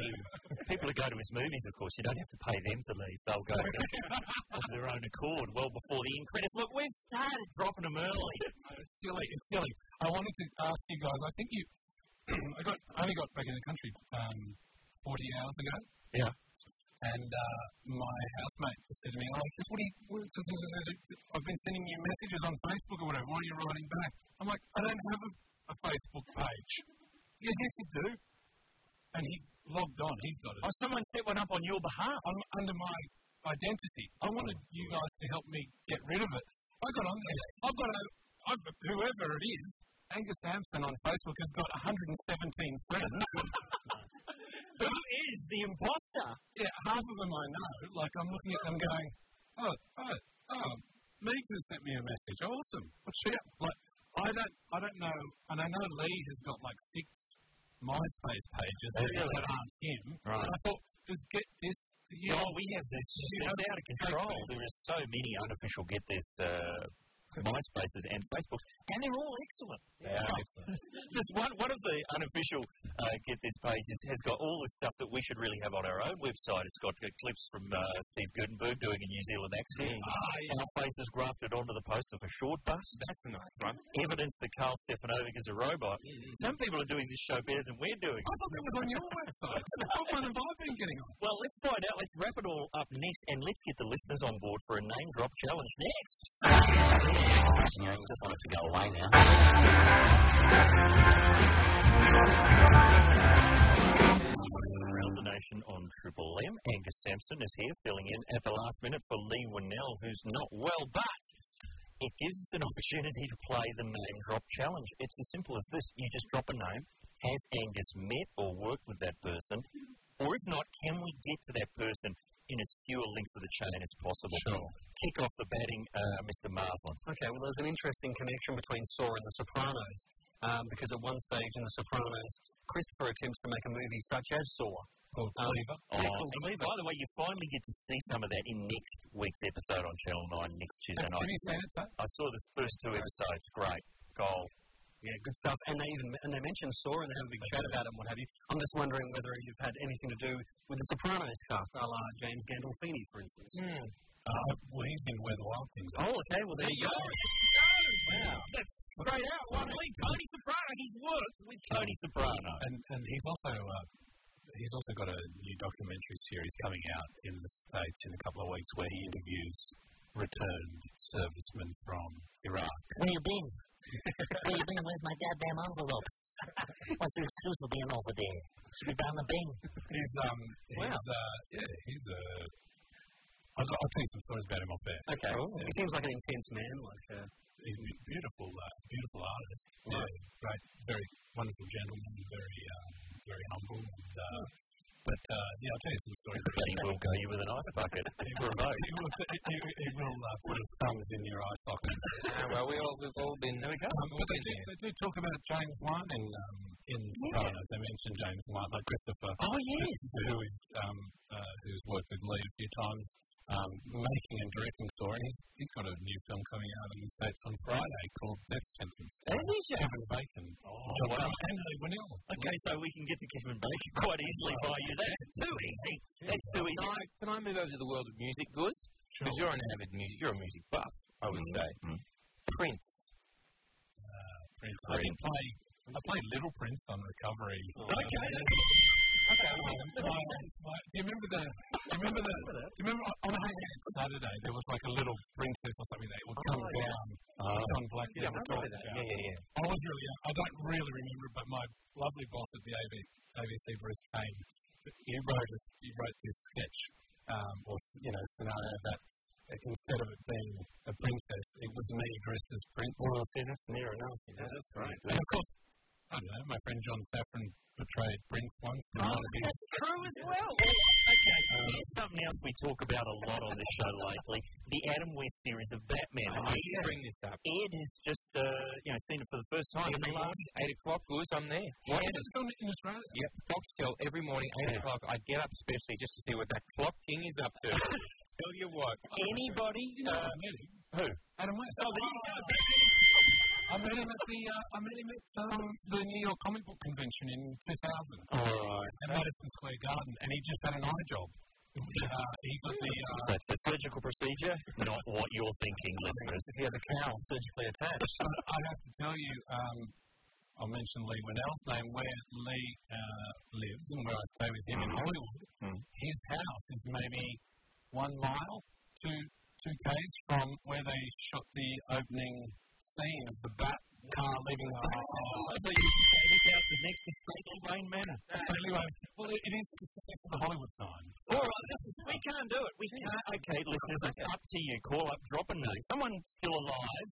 people who go to his movies, of course, you don't have to pay them to leave. They'll go of their own accord well before the end credits. Look, we've started dropping them early.
It's silly. It's silly. I wanted to ask you guys. I think you. I got. I only got back in the country um, 40 hours ago.
Yeah.
And uh, my housemate just said to me, "Oh, just what do you? What, this is- this is- I've been sending you messages on Facebook or whatever. Why are you writing back?" I'm like, "I don't have a, a Facebook page." He goes, "Yes, you do." And he logged on. He's got it.
Oh, someone set one up on your behalf.
I'm under my identity. I wanted you guys to help me get rid of it. I got on there. I've got a, I've, whoever it is, Angus Sampson on Facebook has got 117 friends.
Who is the imposter?
yeah, half of them I know. Like, I'm looking at them going, oh, oh, oh, Meek has sent me a message. Awesome. What's she up? Like, I don't, I don't know. And I know Lee has got like six MySpace pages that aren't him.
Right.
And I thought, just get this. You
Oh, we have this. It's out of control. There are so many unofficial get this uh, MySpaces and Facebooks, and they're all excellent. There's one, one of the unofficial uh, get this pages has got all the stuff that we should really have on our own website. It's got clips from uh, Steve Gutenberg doing a New Zealand accent. Our faces grafted onto the poster for Short Bus. Ah, That's a nice one. Evidence that Carl Stefanovic is a robot. Some people are doing this show better than we're doing.
I thought that was on your website. So what one have I been getting on?
Well, let's find out. Let's wrap it all up next, and let's get the listeners on board for a name drop challenge next.
You know, you just want it to go away now.
Around the nation on Triple M, Angus Sampson is here filling in at the last minute for Lee Winnell, who's not well, but it gives us an opportunity to play the name drop challenge. It's as simple as this: you just drop a name. Has Angus met or worked with that person? Or if not, can we get to that person in as few links of the chain as possible? Sure. Kick off the batting, uh, Mr. Marsland.
Okay, well, there's an interesting connection between Saw and The Sopranos, um, because at one stage in The Sopranos, Christopher attempts to make a movie such as Saw.
Oh,
Um,
Oh,
Yeah,
and by the way, you finally get to see some of that in next week's episode on Channel 9 next Tuesday
Have
night.
you seen it, though?
I saw the first two episodes. Great. Gold.
Yeah, good stuff. And they even and they mention Saw and they have a big chat about it and what have you. I'm just wondering whether you've had anything to do with The Sopranos cast, a la James Gandolfini, for instance.
Uh, well, he's been where the wild things are.
Oh, okay, well, there you go.
That's straight out. One league. Tony Soprano. He's worked with Tony Soprano.
And, and he's also uh, he's also got a new documentary series coming out in the states in a couple of weeks where he interviews returned servicemen from Iraq.
Where you been? Where you been? Where's my goddamn envelopes? What's your excuse for being over there? Should be down the bin.
He's um he's, uh, yeah he's uh, I'll, I'll tell you some stories about him off there.
Okay. He seems like an intense man, like uh,
He's a beautiful, uh, beautiful artist. Yeah. Great, very wonderful gentleman, very, uh, very humble. And, uh, but uh, yeah, I'll tell you some stories. about
He will go you with a knife bucket.
He will, he will, he, he will uh, put his thumbs in your eye socket.
Ah, well, we all, we've all been. There we go.
Um, but they, do, they do talk about James Wan in um, in Sopranos. They mention James Wan, like Christopher,
Oh, yes.
who is um, uh, who's worked with Lee a few times. um, making and directing Saw, and he's, he's got a new film coming out in the States on Friday called Death Sentence. Has he? Kevin Bacon. Oh, wow. And Lee Winnell.
Okay, so we can get the Kevin Bacon quite easily by you. That's too easy. That's too
Can
easy.
I, can I move over to the world of music, Goods? Because you're an avid music, you're a music buff, I would say.
Mm-hmm.
Prince.
I did play. I played Little Prince on Recovery. Okay. okay. do you remember the? Do you remember the? Do you remember on Hey Hands Saturday there was like a little princess or something that would come down.
Oh,
John Black. Oh,
Yeah, yeah,
Yeah,
yeah.
I was really. I don't really remember, but my lovely boss at the AB, ABC, Bruce Payne, he wrote this. He wrote this sketch um, or s- you know scenario that instead of it being a princess, it was me dressed as prince. Well, see, that's near enough. Yeah, that's right. And of course, I don't know. My friend John Saffron portrayed Prince once. and one of his-
True as well. Okay, here's something else we talk about a lot on this show lately: the Adam West series of Batman.
I need to bring this up.
Ed has just, uh, you know, seen it for the first time.
Every morning, 8 o'clock, Goods, I'm there.
Why is it filmed in Australia?
Yep, Foxtel every morning, 8 o'clock. I get up especially just to see what that clock king is up to. Tell you what,
Anybody? Uh,
Adam West. Oh, there you go. I met him at the uh, I met him at um, the New York Comic Book Convention in 2000 at Madison Square Garden, and he just had an eye job. Uh, he got the uh,
that's a surgical procedure, not what you're thinking, listeners.
yeah the cow surgically attached. I, I have to tell you, um, I'll mention Lee Winnell's name where Lee uh, lives and where I stay with him in Hollywood. His house is maybe one mile, two two k's from where they shot the opening scene of the bat car leaving the
This house is next to Stately Lane Manor.
Well, it, it is it's just like the Hollywood sign.
All right, listen, we can't do it. We can't. Okay, listeners, it's up to you. Call up, drop a name. Someone still alive.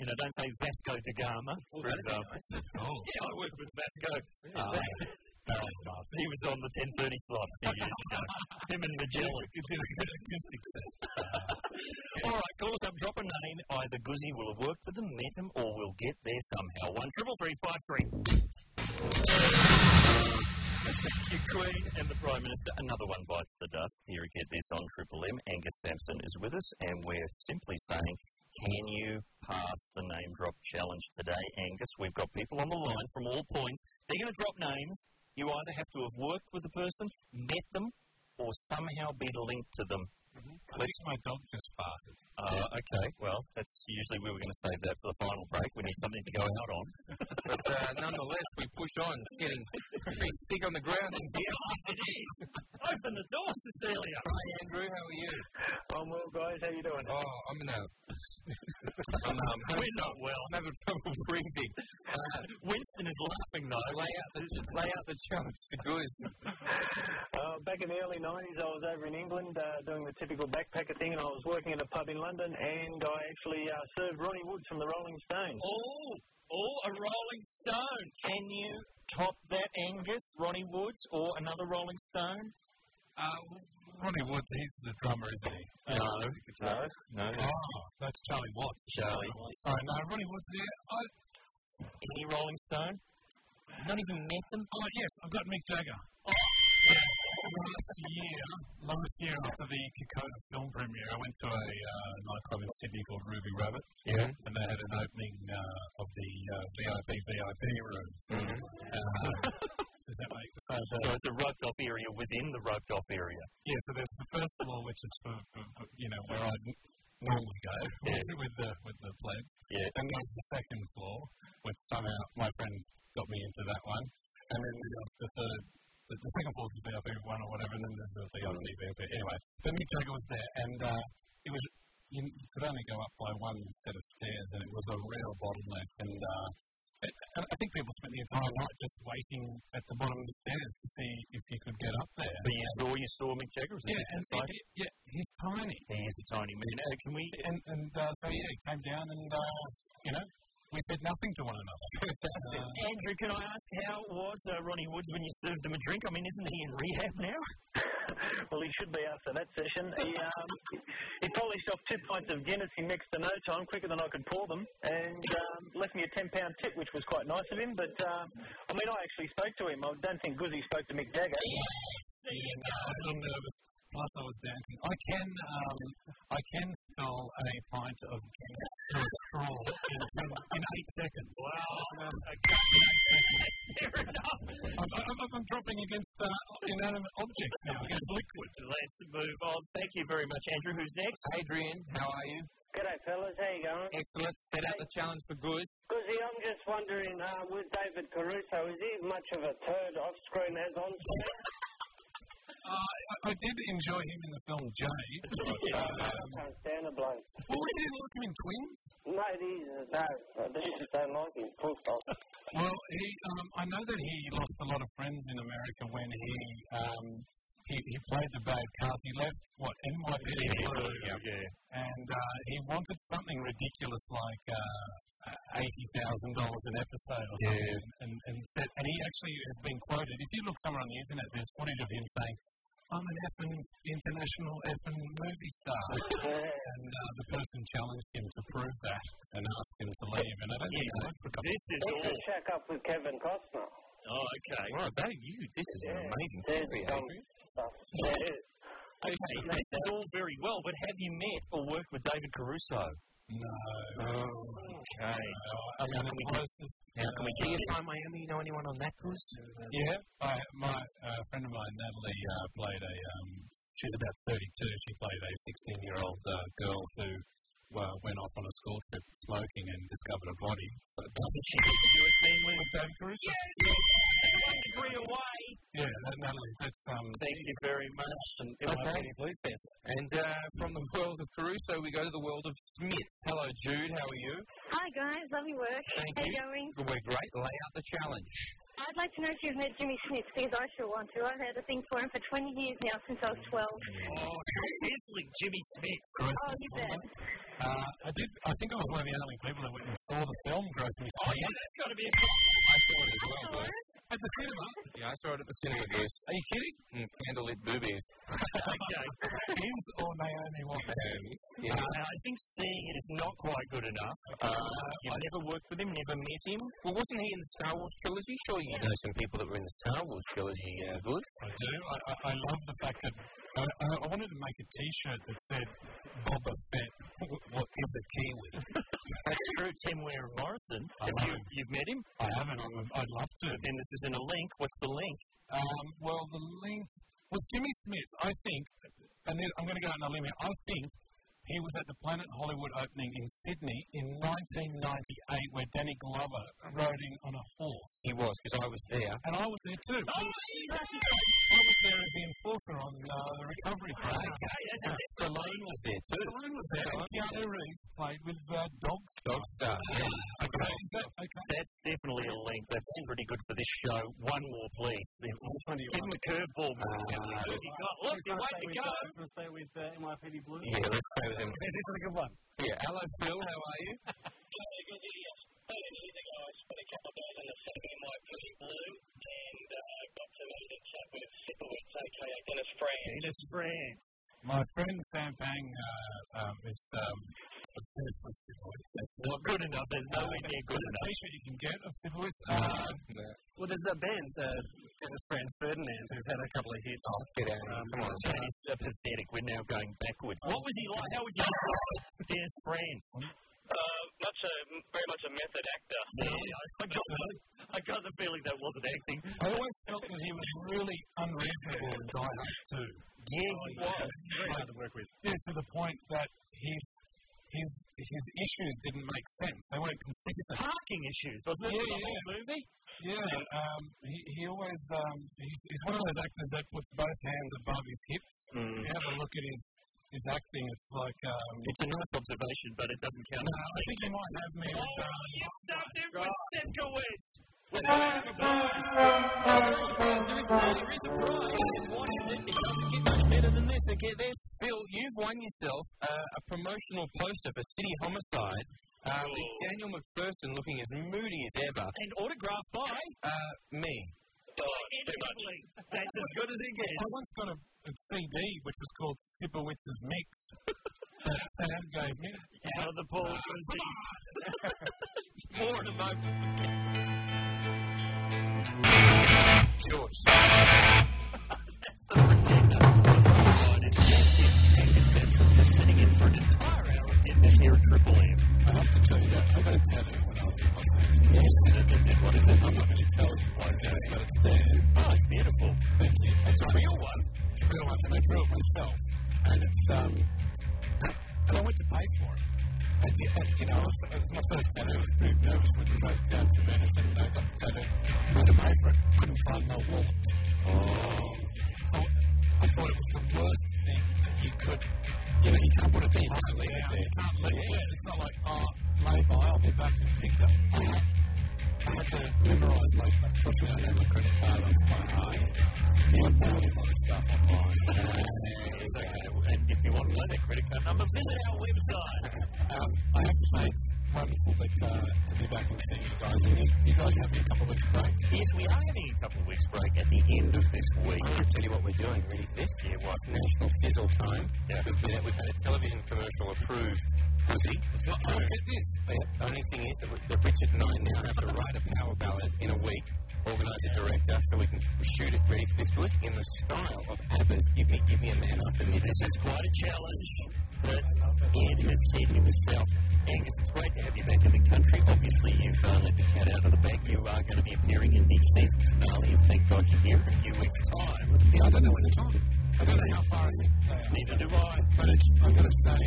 You know, don't say Vasco da Gama. for example.
Oh.
Yeah, I worked with Vasco. Uh, he was on the 10:30 slot a few years ago. Him and Magellan. All right, call us up, drop a name. Either Guzzi will have worked with them, met them, or will get there somehow. One triple three five three. Ukraine and the Prime Minister. Another one bites the dust. Here at Get This on Triple M, Angus Sampson is with us, and we're simply saying, can you pass the name drop challenge today, Angus? We've got people on the line from all points. They're going to drop names. You either have to have worked with the person, met them, or somehow be linked to them.
Mm-hmm. At least my dog just farted.
Uh, okay, well, that's usually we were going to save that for the final break. We need something to go out on.
but uh, nonetheless, we push on, getting pretty thick on the ground. in here.
Open the door, Cecilia.
Hi, Andrew, how are you?
I'm well, guys. How you doing?
Oh, I'm in a. I'm, um,
We're not well.
I'm having trouble breathing.
Winston is laughing though.
Lay out the, lay out the challenge to good.
Uh, back in the early 90s, I was over in England uh, doing the typical backpacker thing, and I was working at a pub in London, and I actually uh, served Ronnie Wood from the Rolling Stones.
Oh, oh, a Rolling Stone. Can you top that, Angus, Ronnie Woods, or another Rolling Stone?
Uh, Ronnie Woods, he's the drummer, isn't he?
No, no, no.
Oh, that's Charlie Watts.
Charlie.
Sorry, no, Ronnie uh, Woods. Yeah, I,
Any Rolling Stone? Not even met them.
oh yes, I've got Mick Jagger.
Oh,
Yeah. Last year, last year after the Kokoda film premiere, I went to a uh, nightclub in Sydney called Ruby Rabbit. Yeah. And they had an opening uh, of the uh, VIP VIP room.
Mm-hmm.
Uh, does that make so the,
So it's a roped off area within the roped off area.
Yeah, so there's the first floor, which is for, for, for you know where I n- normally go with the with the plebs.
Yeah.
Then there's the second floor, which somehow my friend got me into that one, and then the, the third. The, the second floor's the VIP one or whatever, and then there's the VIP. But anyway, then Mick Jagger was there, and uh, it was you, you could only go up by one set of stairs, and it was a real bottleneck. And uh, it- and I think people spent the entire night just waiting at the bottom of the stairs to see if you could get up there.
But you saw, you saw Mick Jagger. Was
Yeah,
yeah,
and, and, yeah, he's tiny.
he is a tiny man. Uh, can we?
And, and uh, so, yeah, he came down and, uh, you know, we said nothing to one another. uh,
Andrew, can I ask how was uh, Ronnie Woods when you served him a drink? I mean, isn't he in rehab now?
Well, he should be after that session. He, um, he polished off two pints of Guinness in next to no time, quicker than I could pour them, and um, left me a £10 tip, which was quite nice of him. But, um, I mean, I actually spoke to him. I don't think Guzzi spoke to Mick Jagger.
and, uh, I'm nervous. plus I was dancing. I can um, I can spell a pint of Guinness to a straw in, in, in eight seconds. Wow. Fair enough. I'm, I'm, I'm dropping against uh, inanimate objects now, against liquid.
Let's move on. Thank you very much, Andrew. Who's next?
Adrian, how are you?
G'day, fellas. How you going?
Excellent. Set out the challenge for good.
Guzzi, I'm just wondering, uh, with David Caruso, is he much of a turd off-screen as on-screen?
Uh, I- I did enjoy him in the film Jay. Um,
Can't stand a bloke.
well, we didn't like him in Twins.
No, these no, I just don't like him. Full stop.
Well, he, um, I know that he lost a lot of friends in America when he um, he, he played the bad card. He left what NYPD Blue, and uh, he wanted something ridiculous like uh, eighty thousand dollars an episode, or something. And, and said, and he actually has been quoted. If you look somewhere on the internet, there's footage of him saying. I'm an effing international effing movie star. and uh, the person challenged him to prove that and asked him to leave. And I don't think he left for a couple
This is
He
all.
should check up with Kevin Costner.
Oh, okay.
Well, that you. This is an
Yeah.
amazing
There's
theory,
some
Adrian.
stuff. Yeah.
Okay, this is all very well, but have you met or worked with David Caruso?
No.
Okay.
I mean, the closest.
Now, can we get
Hi, Miami. You know anyone on that cruise?
Yeah. I, my uh, friend of mine, Natalie, uh, played a. Um, she's about 32. She played a 16 year old uh, girl who uh, went off on a school trip smoking and discovered a body. So doesn't she do a team with David Caruso?
degree away?
Yeah, that Natalie. That's um.
Thank you very much. And it was
Okay.
really blue fest.
And uh, from the world of Caruso, we go to the world of Smith. Hello, Jude. How are you?
Hi guys, lovely work.
Thank
How
you.
going?
We're great. Lay out the challenge.
I'd like to know if you've met Jimmy Smith because I sure want to. I've had a thing for him for 20 years now since I was 12.
Oh, Catholic Jimmy Smith.
Oh, you bet.
Uh, I did. I think I was one of the only people that went and saw the film Gross Mistake.
Oh, yeah, that's got to be a
I saw it as well.
Hello.
but- At the cinema.
Yeah, I saw it at the cinema, guys. Are you kidding? Mm, candlelit boobies.
okay.
His or Naomi Watts.
Yeah.
Uh, I think seeing it is not quite good enough. Uh, I never worked with him, never met him.
Well, wasn't he in the Star Wars trilogy? Sure, you know some people that were in the Star Wars trilogy, uh, good.
I do. I, I, I love the fact that I, I I wanted to make a T-shirt that said Boba Fett. What is a Kiwi?
That's true, Tim Ware Morrison. Have you, you've met him?
I haven't. I would- I'd love to.
Then this is in a link. What's the link?
Um, well, the link was Jimmy Smith. I think, and then I'm going to go out on a limb here. I think he was at the Planet Hollywood opening in Sydney in 1998, where Danny Glover rode in on a horse.
He was, because I was there.
And I was there too. I was there as the enforcer on uh, the recovery plan.
And Stallone was there too.
Stallone was there. and Keanu Reeves played with uh, dogs.
Dog star. Yeah.
Okay, is that okay?
That's definitely a link. That's pretty good for this show. One more, please. Give him a curveball.
Ah.
Uh,
You've got- Look, the way to go.
to stay with uh, NYPD Blue.
yeah, let's play with him.
This is a good one.
Yeah, hello, Phil. How are you?
Dennis Brand.
My friend Sam Bang uh, um, is um, obsessed with Sibowitz. That's
Not good enough. There's no way near good
a
enough.
t-shirt you can get of Sibowitz. Uh,
Well, there's that band, uh, Dennis Franz Ferdinand, who've had a couple of hits.
Oh,
Get out.
Um,
Come on.
That is uh, pathetic. We're now going backwards. What was he like? How would you Dennis Brand?
Hmm?
Uh, much a, very much a method actor.
Yeah, I got, the- I got the feeling that wasn't acting.
I always felt that he was really unreasonable in Die Hard too.
Yeah, he was.
Very hard to work with. Yeah, to the point that his his his issues didn't make sense. They weren't consistent.
Parking issues, wasn't it?
Yeah,
The
yeah.
whole movie?
Yeah, um, he, he always um, he's, he's one of those actors that puts both hands above his hips. If you have a look at his his acting, it's like um,
It's a nice observation, but it doesn't count.
no, I think he might have me. as, um,
better than this. I get this. Bill, you've won yourself uh, a promotional poster for City Homicide uh, with Daniel McPherson looking as moody as ever. And autographed by? Uh, me.
That's as good as it gets.
I once got a, a CD which was called Sibowitz's Mix. that Sam gave me.
Out of the pool.
More in a moment. George.
It
um, and I went to pay for it. And, yeah, and you know, it was, it was my first day over food nervous with the road down to medicine. And I got to go to, went to pay for it. Couldn't find my wallet. Oh. I, I thought it was the worst thing that you could, you know, you can't put it behind the leave it there. You can't leave it. It's not like, oh, lay by, I'll be back and pick up. I had, I had to memorise my, my, I had my credit card on my eye. You know, all of my stuff online. It's okay. And if you want to learn their credit card number, visit our website. Um, I have to say, it's wonderful that, uh, to be back and seeing you guys. You, you guys having a couple of weeks break?
Yes, we are having a couple of weeks break at the end of this week. I'll tell you what we're doing really this year was National Fizzle Time. Yeah. We've, had- we've had a television commercial approved pussy.
Oh, look at this.
But the only thing is that, we- that Richard and I now have to write a power ballad in a week, organise a director so we can shoot it ready for this. was in the style of ABBA's Give Me, Give Me a Man After Me. This is quite a challenge that Ed has said himself. Angus, it's great to have you back in the country. Obviously, you've uh, let the cat out of the bag. You are going to be appearing in the Steve finale, and thank God you're here in a few weeks' time. I don't know when the time I don't know how far it is. Neither do I. But it's, I'm going to say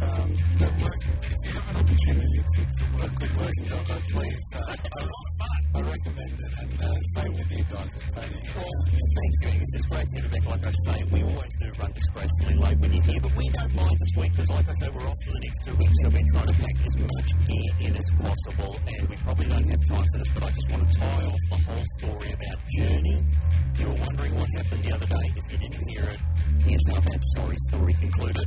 um, that work, if you have an opportunity to, to work with working dogs, please, uh, I, I recommend it and uh, stay with you guys at training. Well, thank you. It's great to have you back. Like I say, we always do run disgracefully late when you're here, but we don't mind this week because, like I say, we're off for the next two weeks, so we're trying to pack as much gear in as possible, and we probably don't have time for this, but I just want to tie off the whole story about Journey. You were wondering what happened the other day. If you didn't hear it, here's how that sorry story concluded.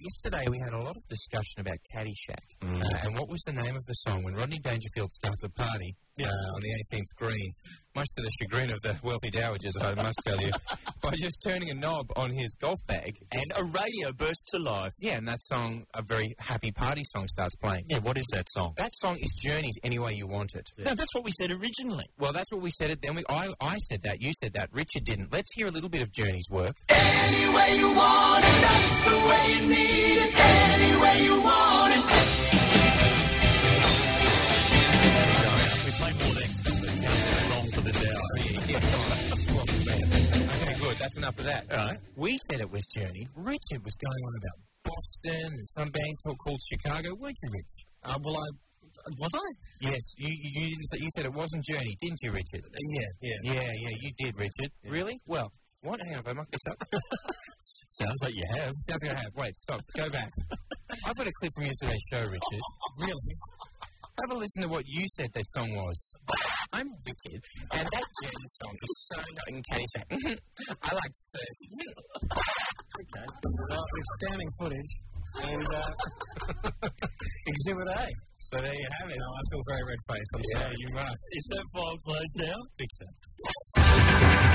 Yesterday we had a lot of discussion about Caddyshack
Mm.
uh, and what was the name of the song when Rodney Dangerfield starts a party uh, on the 18th green, much to the chagrin of the wealthy dowagers, I must tell you, by just turning a knob on his golf bag and a radio bursts to life. Yeah, and that song, a very happy party song, starts playing. Yeah, what is that song? That song is Journeys Any Way You Want It.
No, that's what we said originally.
Well, that's what we said. It then we, I, I said that. You said that. Richard didn't. Let's hear a little bit of Journey's work.
Any way you want it, that's the way you need it. Any way you want it.
We play music. Wrong for the
Okay, good. That's enough of that. We said it was Journey. Richard was going on about Boston and some band called- called Chicago, weren't you, Rich? Uh, well, I was I. Yes, you you you, didn't say, you said it wasn't Journey, didn't you, Richard? Yeah, yeah, yeah, yeah. You did, Richard. Really? Well, what? Hang on, have I mucked this up? Sounds like you have. Sounds like I have. Wait, stop. Go back. I've got a clip from yesterday's show, Richard. Really? Have a listen to what you said that song was.
I'm Richard, and that Journey song is so not in Caddyshack. I like thirty.
uh,
Well, it's standing footage. And uh, Exhibit A.
uh, So there you have it. I feel very red faced. I'm sorry. You must.
Is that file closed now?
Fix it.
Any